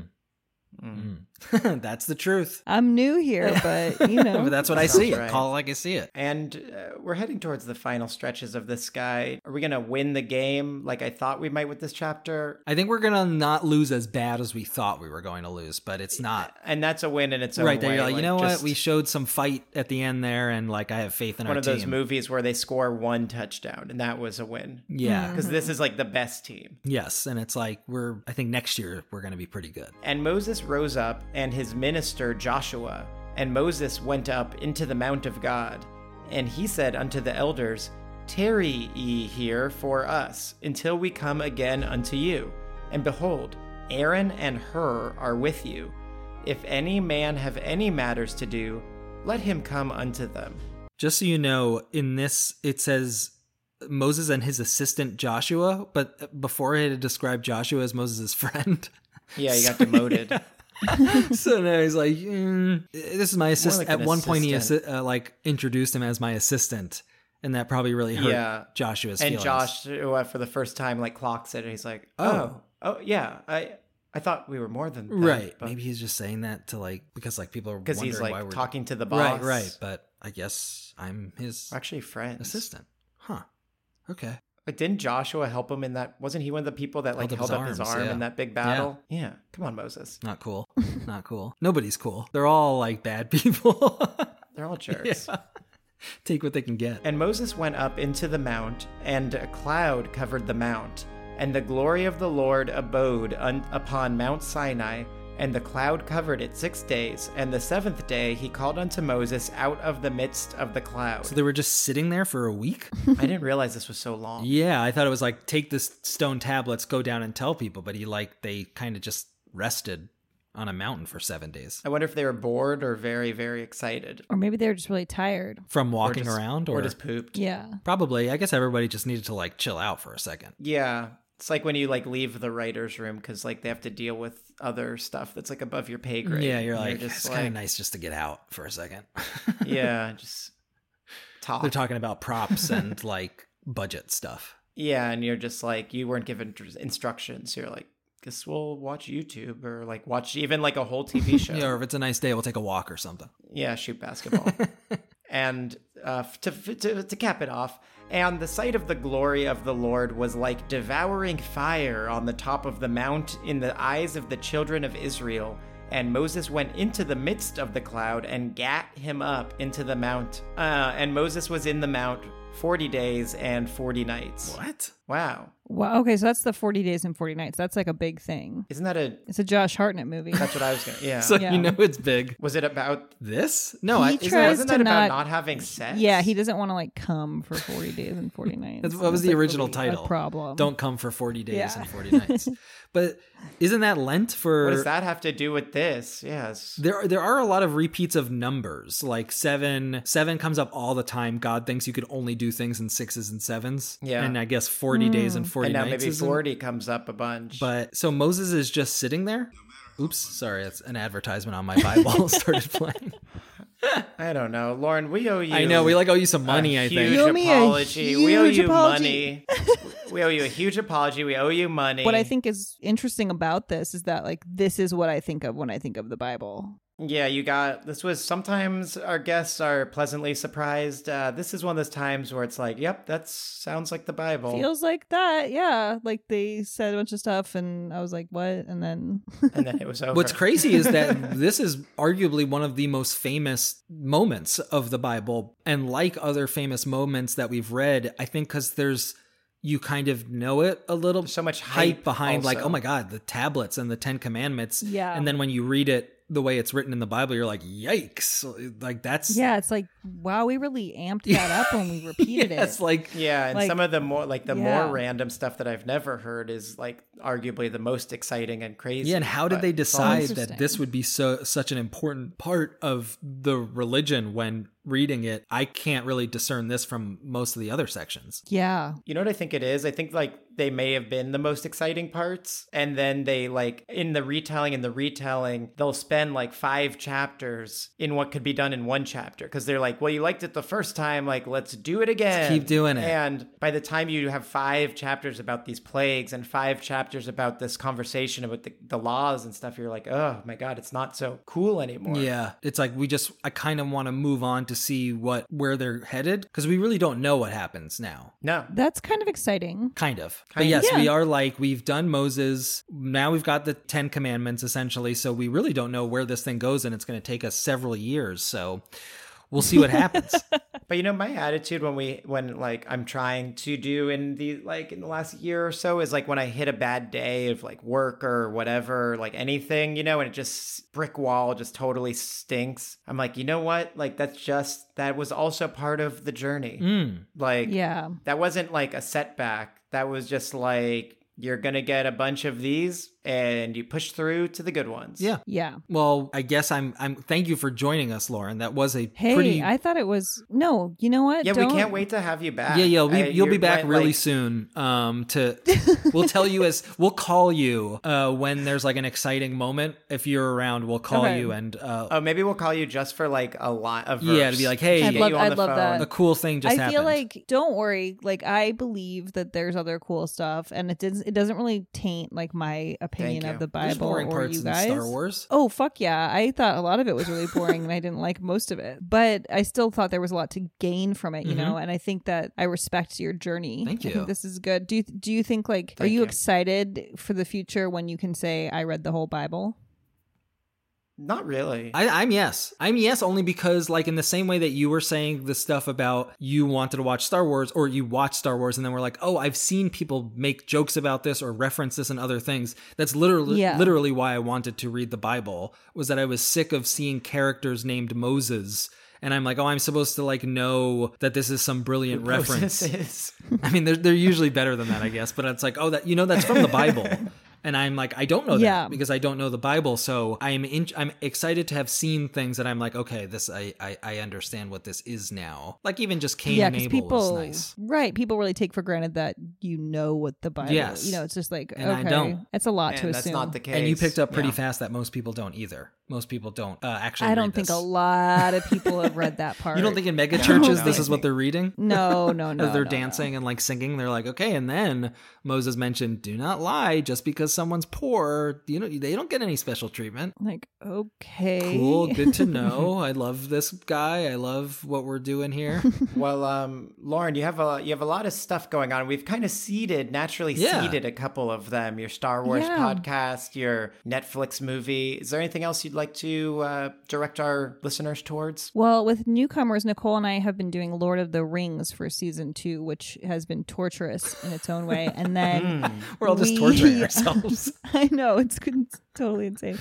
S2: Mm-hmm. that's the truth.
S3: I'm new here, but you know,
S2: but that's what I
S1: Sounds
S2: see. it.
S1: right.
S2: Call it like I see it.
S1: And uh, we're heading towards the final stretches of this guide. Are we going to win the game like I thought we might with this chapter?
S2: I think we're gonna not lose as bad as we thought we were going to lose, but it's not.
S1: And that's a win in its own
S2: right there,
S1: way.
S2: you're like, you know what?
S1: just
S2: We showed some fight at the end there, and like I have faith in
S1: one
S2: our
S1: of those
S2: team.
S1: movies where they score one touchdown, and that was a win.
S2: yeah.
S3: Mm-hmm.
S1: Because this is like the best team.
S2: Yes, and it's like we're. I think next year we're gonna be pretty good.
S1: And Moses rose up and his minister Joshua. And Moses went up into the mount of God. And he said unto the elders, Tarry ye here for us until we come again unto you. And behold, Aaron and Hur are with you. If any man have any matters to do, let him come unto them.
S2: Just so you know, in this it says Moses and his assistant Joshua, but before it had described Joshua as Moses' friend.
S1: Yeah, he got demoted.
S2: so now he's like, mm, "This is my assistant."
S1: like an
S2: At one point, he
S1: assistant.
S2: assi- uh, like introduced him as my assistant, and that probably really hurt
S1: Yeah.
S2: Joshua's
S1: and
S2: feelings.
S1: Joshua, for the first time, like clocks it, and he's like, "Oh, oh, yeah, I, I thought we were more than that,
S2: right?
S1: but-
S2: Maybe he's just saying that to like because like people are
S1: because
S2: wondering
S1: he's
S2: why
S1: like
S2: we're
S1: talking to the boss.
S2: Right, right. But I guess I'm his
S1: We're actually friends.
S2: assistant, huh? Okay.
S1: But didn't Joshua help him in that? Wasn't he one of the people that like
S2: Held
S1: held,
S2: up
S1: up his
S2: his arms,
S1: arm
S2: yeah.
S1: in that big battle? Yeah. Come on, Moses.
S2: Not cool. Not cool. Nobody's cool. They're all like bad people.
S1: They're all jerks.
S2: Yeah. Take what they can get.
S1: And Moses went up into the mount, and a cloud covered the mount. And the glory of the Lord abode un- upon Mount Sinai, and the cloud covered it six days. And the seventh day he called unto Moses out of the midst of the cloud.
S2: So they were just sitting there for a week?
S1: I didn't realize this was so long.
S2: yeah, I thought it was like take this stone tablets, go down and tell people, but he like they kind of just rested on a mountain for 7 days
S1: I wonder if they were bored or very, very excited.
S3: or maybe they're just really tired.
S2: from walking
S1: just-
S2: around or,
S1: Or just pooped.
S3: Yeah,
S2: probably I guess everybody just needed to like chill out for a second.
S1: Yeah. It's like when you like leave the writer's room because like they have to deal with other stuff that's like above your pay grade.
S2: Yeah, you're
S1: And
S2: like it's kind of nice just to get out for a second.
S1: yeah, just talk.
S2: They're talking about props and like budget stuff.
S1: yeah, and you're just like you weren't given tr- instructions. You're like, guess we'll watch YouTube or like watch even like a whole TV show.
S2: Yeah,
S1: yeah.
S2: or if it's a nice day, we'll take a walk or something.
S1: shoot basketball. and uh, f- to, f- to to cap it off, and the sight of the glory of the Lord was like devouring fire on the top of the mount in the eyes of the children of Israel. And Moses went into the midst of the cloud and gat him up into the mount. Uh, and Moses was in the mount forty days and forty nights.
S2: What?
S1: Wow.
S3: Wow. Okay, so that's the 40 days and 40 nights. That's like a big thing.
S1: Isn't that a
S3: It's a Josh Hartnett movie.
S1: that's what I was gonna yeah.
S2: So
S3: Yeah.
S2: you know it's big.
S1: was it about
S2: This? No, I,
S3: He tried-
S2: isn't
S3: Tries
S2: that-
S1: wasn't that
S3: to
S1: about
S3: not-
S1: not having sex?
S3: yeah, he doesn't want to like come for 40 days and 40 nights.
S2: that's,
S3: And
S2: what was
S3: it's,
S2: the
S3: like,
S2: original
S3: a
S2: title?
S3: problem.
S2: Don't come for 40 days
S3: Yeah.
S2: and 40 nights. But isn't that Lent for
S1: What does that have to do with this? Yes.
S2: There, there are a lot of repeats of numbers. Like seven, seven comes up all the time. God thinks you could only do things in sixes and sevens.
S1: Yeah.
S2: and I guess forty days
S3: Hmm.
S2: and forty
S1: And now
S2: nights.
S1: maybe
S2: is in-
S1: forty comes up a bunch.
S2: But so Moses is just sitting there. Oops, sorry, that's an advertisement on my Bible started playing.
S1: I don't know, Lauren. We owe you.
S2: I know we like owe you some
S1: a
S2: money. I
S1: huge
S2: think.
S3: You owe me a
S1: apology. we owe
S3: huge
S1: you
S3: apology.
S1: money. we owe you a huge apology. We owe you money.
S3: What I think is interesting about this is that like this is what I think of when I think of the Bible.
S1: Yeah, you got this. Was sometimes our guests are pleasantly surprised. Uh, this is one of those times where it's like, yep, that sounds like the
S2: Oh.
S1: Bible.
S3: Feels like that, yeah. Like they said a bunch of stuff, and I was like, "What?" And then
S1: and then it was over.
S2: What's crazy is that this is arguably one of the most famous moments of the Bible. And like other famous moments that we've read, I think because there's, you kind of know it a little.
S1: There's so much hype,
S2: hype behind, like,
S1: also.
S2: oh my God, the tablets and the Ten Commandments.
S3: Yeah.
S2: And then when you read it the way it's written in the Bible, you're like, yikes. Like, that's.
S3: yeah, it's like, wow, we really amped that up when we repeated
S2: Yeah, It's
S3: it.
S2: like.
S1: Yeah, and
S3: Like-
S1: some of the more like the
S3: Yeah.
S1: more random stuff that I've never heard is like arguably the most exciting and crazy.
S2: Yeah, and how did
S1: but
S2: they
S1: it's all-
S2: decide that
S3: Interesting.
S2: this would be so such an important part of the religion when reading it? I can't really discern this from most of the other sections.
S3: yeah,
S1: You know what I think it is? I think like they may have been the most exciting parts. And then they like in the retelling and the retelling, they'll spend like five chapters in what could be done in one chapter. Cause they're like, well, you liked it the first time. Like, let's do it again.
S2: keep doing it.
S1: And by the time you have five chapters about these plagues and five chapters about this conversation about the, the laws and stuff, you're like, oh my God, it's not so cool anymore.
S2: Yeah, it's like we just I kind of want to move on to see what where they're headed because we really don't know what happens now.
S1: No.
S3: that's kind of exciting.
S2: Kind of. but
S1: Kind-
S2: yes, we
S3: Yeah.
S2: are like we've done Moses. Now we've got the 10 commandments essentially, so we really don't know where this thing goes and it's going to take us several years. So we'll see what happens.
S1: But you know, my attitude when we when like I'm trying to do in the like in the last year or so is like when I hit a bad day of like work or whatever, like anything, you know, and it just brick wall just totally stinks. I'm like, you know what? Like that's just that was also part of the journey.
S2: Mm.
S1: Like
S3: Yeah,
S1: that wasn't like a setback. That was just like you're gonna get a bunch of these and you push through to the good ones.
S2: Yeah.
S3: yeah.
S2: Well, I guess I'm I'm thank you for joining us, Lauren. That was a
S3: Hey,
S2: pretty
S3: I thought it was no. You know what?
S1: Yeah,
S3: Don't-
S1: we can't wait to have you back.
S2: yeah, yeah, we,
S1: I-
S2: you'll
S1: you
S2: be back
S1: went,
S2: really
S1: like-
S2: soon. Um, to we'll tell you as we'll call you uh when there's like an exciting moment. If you're around, we'll call
S3: Okay.
S2: you and uh,
S1: Oh, maybe we'll call you just for like a lot of
S2: Yeah, to be like, hey,
S3: I'd
S1: get
S3: love-
S1: you on
S3: I'd
S1: the
S3: love
S1: phone.
S3: that.
S2: a cool thing just
S3: I
S2: happened.
S3: feel like don't worry. Like I believe that there's other cool stuff, and it doesn't. It doesn't really taint like my
S1: Thank
S3: opinion
S1: you.
S3: of the
S2: there's
S3: Bible
S2: boring
S3: or
S2: parts
S3: you
S2: in
S3: guys.
S2: Star Wars.
S3: Oh fuck yeah! I thought a lot of it was really boring, and I didn't like most of it. But I still thought there was a lot to gain from it, you know. And I think that I respect your journey.
S2: Mm-hmm. Thank
S3: I
S2: you.
S3: think this is good. Do you do you think like are
S1: Thank
S3: you,
S1: you.
S3: excited for the future when you can say I read the whole Bible?
S1: Not really.
S2: I, I'm yes. I'm yes only because, like, in the same way that you were saying the stuff about you wanted to watch Star Wars or you watched Star Wars and then we're like, oh, I've seen people make jokes about this or reference this and other things. That's literally
S3: Yeah.
S2: literally why I wanted to read the Bible was that I was sick of seeing characters named Moses. And I'm like, oh, I'm supposed to like know that this is some brilliant reference.
S1: Moses is-
S2: I mean, they're they're usually better than that, I guess. But it's like, oh, that you know, that's from the Bible, and I'm like, I don't know
S3: Yeah.
S2: that because I don't know the Bible. So I'm in, I'm excited to have seen things that I'm like, okay, this I I, I understand what this is now. Like even just Cain
S3: yeah,
S2: and
S3: because
S2: Abel
S3: people,
S2: is nice.
S3: right? People really take for granted that you know what the Bible.
S2: Yes.
S3: you know, it's just like
S2: And I
S3: okay,
S2: don't.
S3: it's a lot to
S1: and
S3: assume.
S1: that's not the case.
S2: And you picked up pretty
S1: Yeah.
S2: fast that most people don't either. Most people don't uh, actually.
S3: I
S2: read
S3: don't think
S2: this.
S3: a lot of people have read that part.
S2: You don't think in mega churches
S1: no.
S2: this is what they're reading?
S3: No, no, no.
S2: As they're
S3: no, no.
S2: dancing and like singing, they're like, okay. And then Moses mentioned, "Do not lie," just because because someone's poor, you know, they don't get any special treatment.
S3: Like, okay.
S2: Cool, good to know. I love this guy. I love what we're doing here.
S1: Well, um, Lauren, you have a you have a lot of stuff going on. We've kind of seeded naturally
S2: Yeah.
S1: seeded a couple of them. Your Star Wars
S3: Yeah.
S1: podcast, your Netflix movie. Is there anything else you'd like to uh, direct our listeners towards?
S3: Well, with newcomers, Nicole and I have been doing Lord of the Rings for season two, which has been torturous in its own way. And then
S1: Hmm.
S2: We're all just
S3: We-
S2: torturing ourselves.
S3: I know it's, con- totally insane.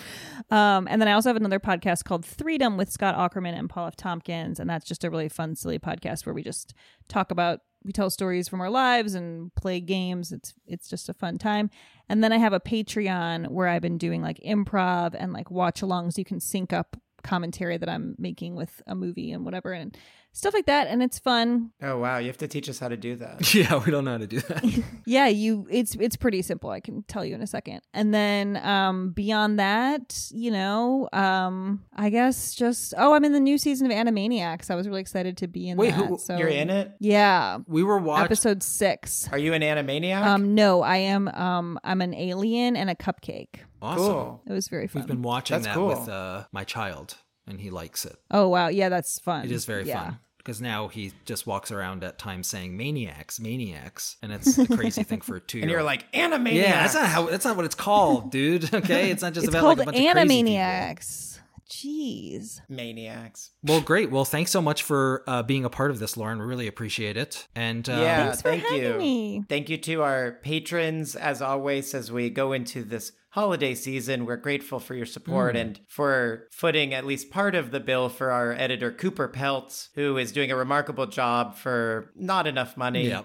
S3: Um, and then I also have another podcast called Freedom with Scott Ackerman and Paul F. Tompkins, and that's just a really fun, silly podcast where we just talk about we tell stories from our lives and play games. It's it's just a fun time. And then I have a Patreon where I've been doing like improv and like watch alongs. You can sync up commentary that I'm making with a movie and whatever and stuff like that. And it's fun.
S1: Oh wow, you have to teach us how to do that.
S2: yeah, we don't know how to do that.
S3: Yeah, you it's it's pretty simple. I can tell you in a second. And then um beyond that, you know, um I guess just oh, I'm in the new season of Animaniacs. I was really excited to be in
S2: Wait,
S3: that.
S2: who-
S3: so
S1: You're in it.
S3: Yeah.
S2: We were watching.
S3: Episode 6.
S1: Are you an animaniac?
S3: Um no, I am um I'm an alien and a cupcake.
S2: Awesome.
S1: cool.
S3: It was very
S2: We've
S3: fun.
S2: been watching
S1: That's
S2: that
S1: cool.
S2: with uh, my child, and he likes it.
S3: oh wow, yeah, that's fun.
S2: It is very
S3: Yeah.
S2: fun because now he just walks around at times saying maniacs, maniacs, and it's a crazy thing for a two.
S1: And you're like animaniac.
S2: yeah, that's not how. That's not what it's called, dude. Okay, it's not just
S3: It's
S2: about
S3: called
S2: like a bunch of crazy people.
S3: Animaniacs. Jeez.
S1: maniacs.
S2: Well, great. Well, thanks so much for uh, being a part of this, Lauren. We really appreciate it. And uh,
S1: Yeah,
S3: Thanks for
S1: thank
S3: having
S1: you.
S3: me.
S1: Thank you to our patrons, as always, as we go into this holiday season. We're grateful for your support and for footing at least part of the bill for our editor, Cooper Peltz, who is doing a remarkable job for not enough money.
S2: yeah.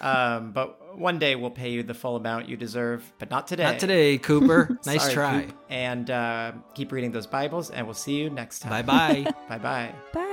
S1: um, but one day we'll pay you the full amount you deserve, but not today.
S2: Not today, Cooper. nice
S1: Sorry,
S2: try.
S1: Coop. And uh, keep reading those Bibles, and we'll see you next
S2: Bye
S1: time.
S2: bye.
S1: Bye bye.
S3: Bye.